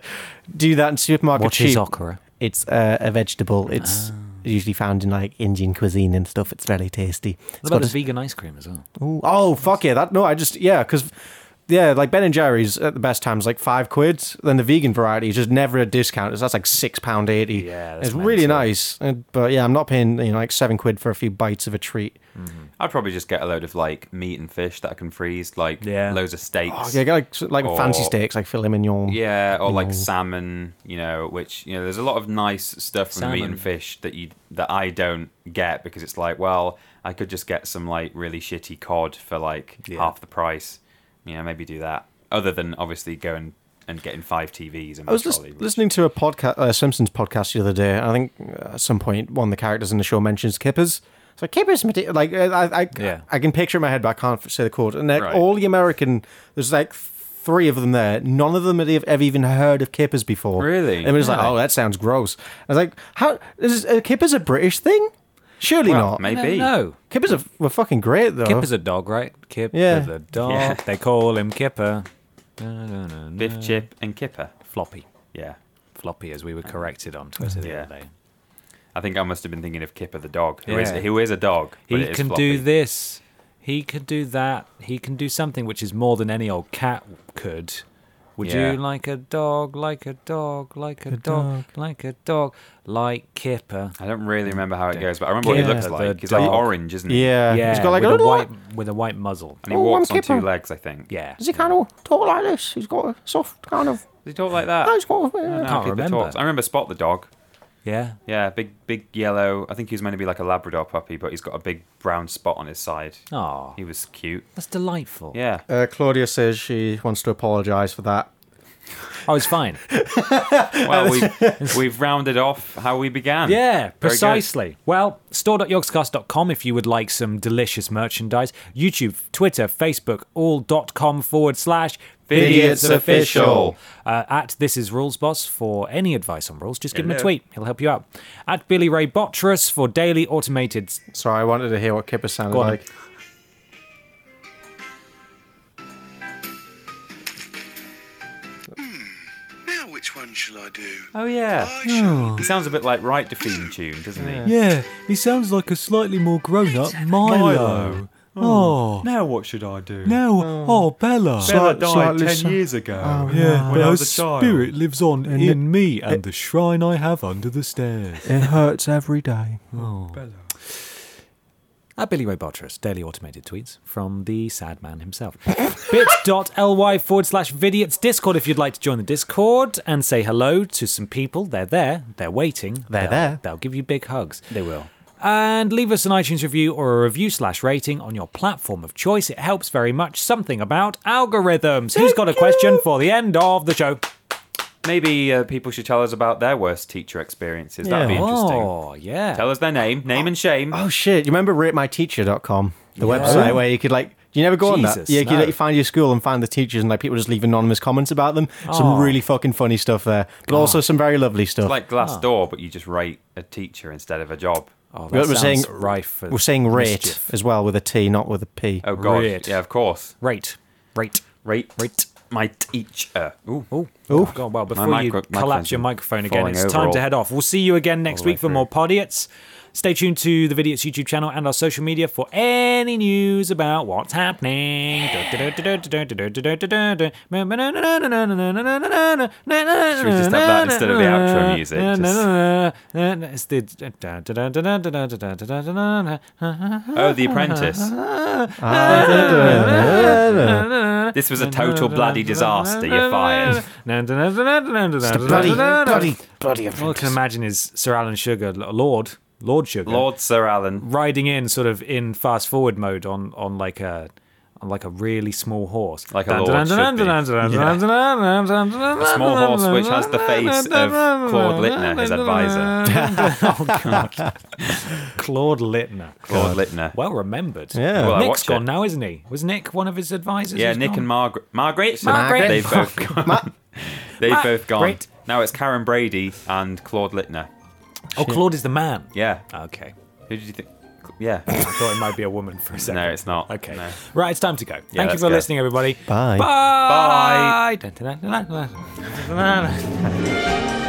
do that in supermarket
What
cheap.
is okra? Ah.
It's uh, a vegetable. It's usually found in like Indian cuisine and stuff. It's very tasty. It's
What about
got
the
a-
vegan ice cream as well?
Ooh, oh fuck yeah! That no, I just yeah because. Yeah, like Ben and Jerry's at the best times, like five quid. Then the vegan variety is just never a discount. So that's like six pound eighty.
Yeah, that's
it's really
mental.
nice. And, but yeah, I'm not paying you know like seven quid for a few bites of a treat.
I'd probably just get a load of like meat and fish that I can freeze, like
Yeah.
loads of steaks.
Oh, yeah, get like s- like fancy
Oh.
Or-
steaks, like filet mignon.
Yeah, or like salmon, you know, which you know, there's a lot of nice stuff from meat
Salmon.
and fish that you that I don't get because it's like, well, I could just get some like really shitty cod for like
Yeah.
half the price. You know, maybe do that. Other than obviously going and getting five TVs
Oh,
and
I was lis-
trolley.
listening to a podcast, uh, Simpsons podcast the other day. I think uh, at some point one of the characters in the show mentions kippers. It's like kippers, mate- like uh, I, I,
Yeah.
I can picture it in my head, but I can't f- say the quote. And like,
Right.
all the American, there's like three of them there. None of them had ev- ever even heard of kippers before.
Really?
And it was like,
Really?
oh, that sounds gross. I was like, how is uh, kippers a British thing? Surely not.
maybe.
No.
Kippers are, were fucking great though.
Kipper's a dog, right? Kip
Yeah.
is a dog.
Yeah.
They call him Kipper. No, no, no, no.
Biff chip and kipper.
Floppy.
Yeah.
Floppy, as we were corrected on Twitter the
Yeah.
other day.
I think I must have been thinking of Kipper the dog, who is
Yeah.
who is a dog. but
He
it is
can
floppy.
do this. He can do that. He can do something which is more than any old cat could. Would
Yeah.
you like a dog, like a dog, like a, dog,
dog.
like a dog, like Kipper?
I don't really remember how it goes, but I remember what he
Kipper
looks
the
like. He's like
dog.
orange, isn't he?
yeah.
yeah,
He's got like a
with a
little
white with a white muzzle.
And he
Oh, I'm
walks on two
Kipper.
legs, I think.
Yeah,
Does he kind of talk like this? He's got a soft kind of.
Does he talk like that?
Oh, he's got a,
No,
Can't
Kipper
remember.
talks. I remember Spot the dog.
yeah.
Yeah, big, big yellow. I think he was meant to be like a Labrador puppy, but he's got a big brown spot on his side.
Oh,
He was cute.
that's delightful.
(laughs) Yeah.
Uh, Claudia says she wants to apologise for that.
I was
(laughs)
Oh, fine.
Well, we've, we've rounded off how we began.
Yeah,
Very good.
precisely. Well, store.yogscast.com if you would like some delicious merchandise. YouTube, Twitter, Facebook, all dot com forward slash
Vidiots Official.
Uh, at This Is Rules Boss for any advice on rules. Just give him a tweet. He'll help you out. At Billy Ray Bottress for daily automated.
Sorry, I wanted to hear what Kipper sounded
Go on.
like.
Now, which one shall I do?
Oh, yeah.
I shall
He sounds a bit like Right to Fiend tune, doesn't he?
Oh, Yeah, he sounds like a slightly more grown up Milo. Oh.
Now what should I do?
No, oh, Bella.
Bella
Slight- slightly so-
ago.
Oh, yeah,
when I was a child.
lives on in me and the shrine I have under the stairs. Oh.
It hurts every day.
At Billy Ray Bottress, daily automated tweets from the sad man himself. (laughs) bit.ly forward slash vidiots discord if you'd like to join the discord and say hello to some people. They're there, they're waiting.
They're
They'll-
there.
They'll give you big hugs.
They will.
And leave us an iTunes review or a review slash rating on your platform of choice. It helps very much. Something about algorithms. Who's got a question for the end of the show?
Maybe uh, people should tell us about their worst teacher experiences. That'd be
Yeah.
interesting.
Oh,
yeah.
Tell us their name, name and shame.
Oh shit! You remember ratemyteacher.com, the
Yeah.
website where you could like. You never go on
Jesus,
that. Yeah, you could
no.
like, find your school and find the teachers, and like people just leave anonymous comments about them.
Aw.
Some really fucking funny stuff there, but also some very lovely stuff.
It's like Glassdoor, but you just rate a teacher instead of a job. Oh,
we're saying we're saying rate as well with a T, not with a P.
Oh god,
Rate.
yeah, of course.
Rate, rate,
rate, rate. My teacher. Ooh,
ooh,
ooh.
God, Oh, well,
My
before you
micro- microphone's
collapse your microphone again,
falling
it's
over
time to
all-
head off. We'll see you again next
the way
week for more Podiots. Stay tuned to the Vidiots YouTube channel and our social media for any news about what's happening. Should
we just have that instead of the outro music?
It's the.
Oh, The Apprentice. this was a total bloody disaster. You're fired.
bloody,
Ah.
bloody-
bloody All I can imagine is Sir Alan Sugar, L- Lord, Lord Sugar,
Lord Sir Alan,
riding in sort of in fast forward mode on on like a on like a really small horse,
Like a lord should be. A small horse which has the face of Claude Littner, his advisor.
oh God, Claude Littner.
Claude
God.
Littner.
Well remembered.
Yeah. Well, I
Nick's
watch it.
gone now, isn't he? Was Nick one of his advisors?
Yeah,
who's
Nick
gone?
and Margaret. Margaret.
Margaret.
They've both gone. (laughs) They've
Ma-
both gone.
Great.
Now it's Karen Brady and Claude Littner.
Oh, Claude is the man.
Yeah.
Okay.
Who did you think? (laughs) Yeah.
I thought it might be a woman for a
(laughs)
second.
No, it's not. Okay.
Right, it's time to go.
Yeah,
Thank you
let's
for
go.
listening, everybody.
Bye.
Bye. Bye.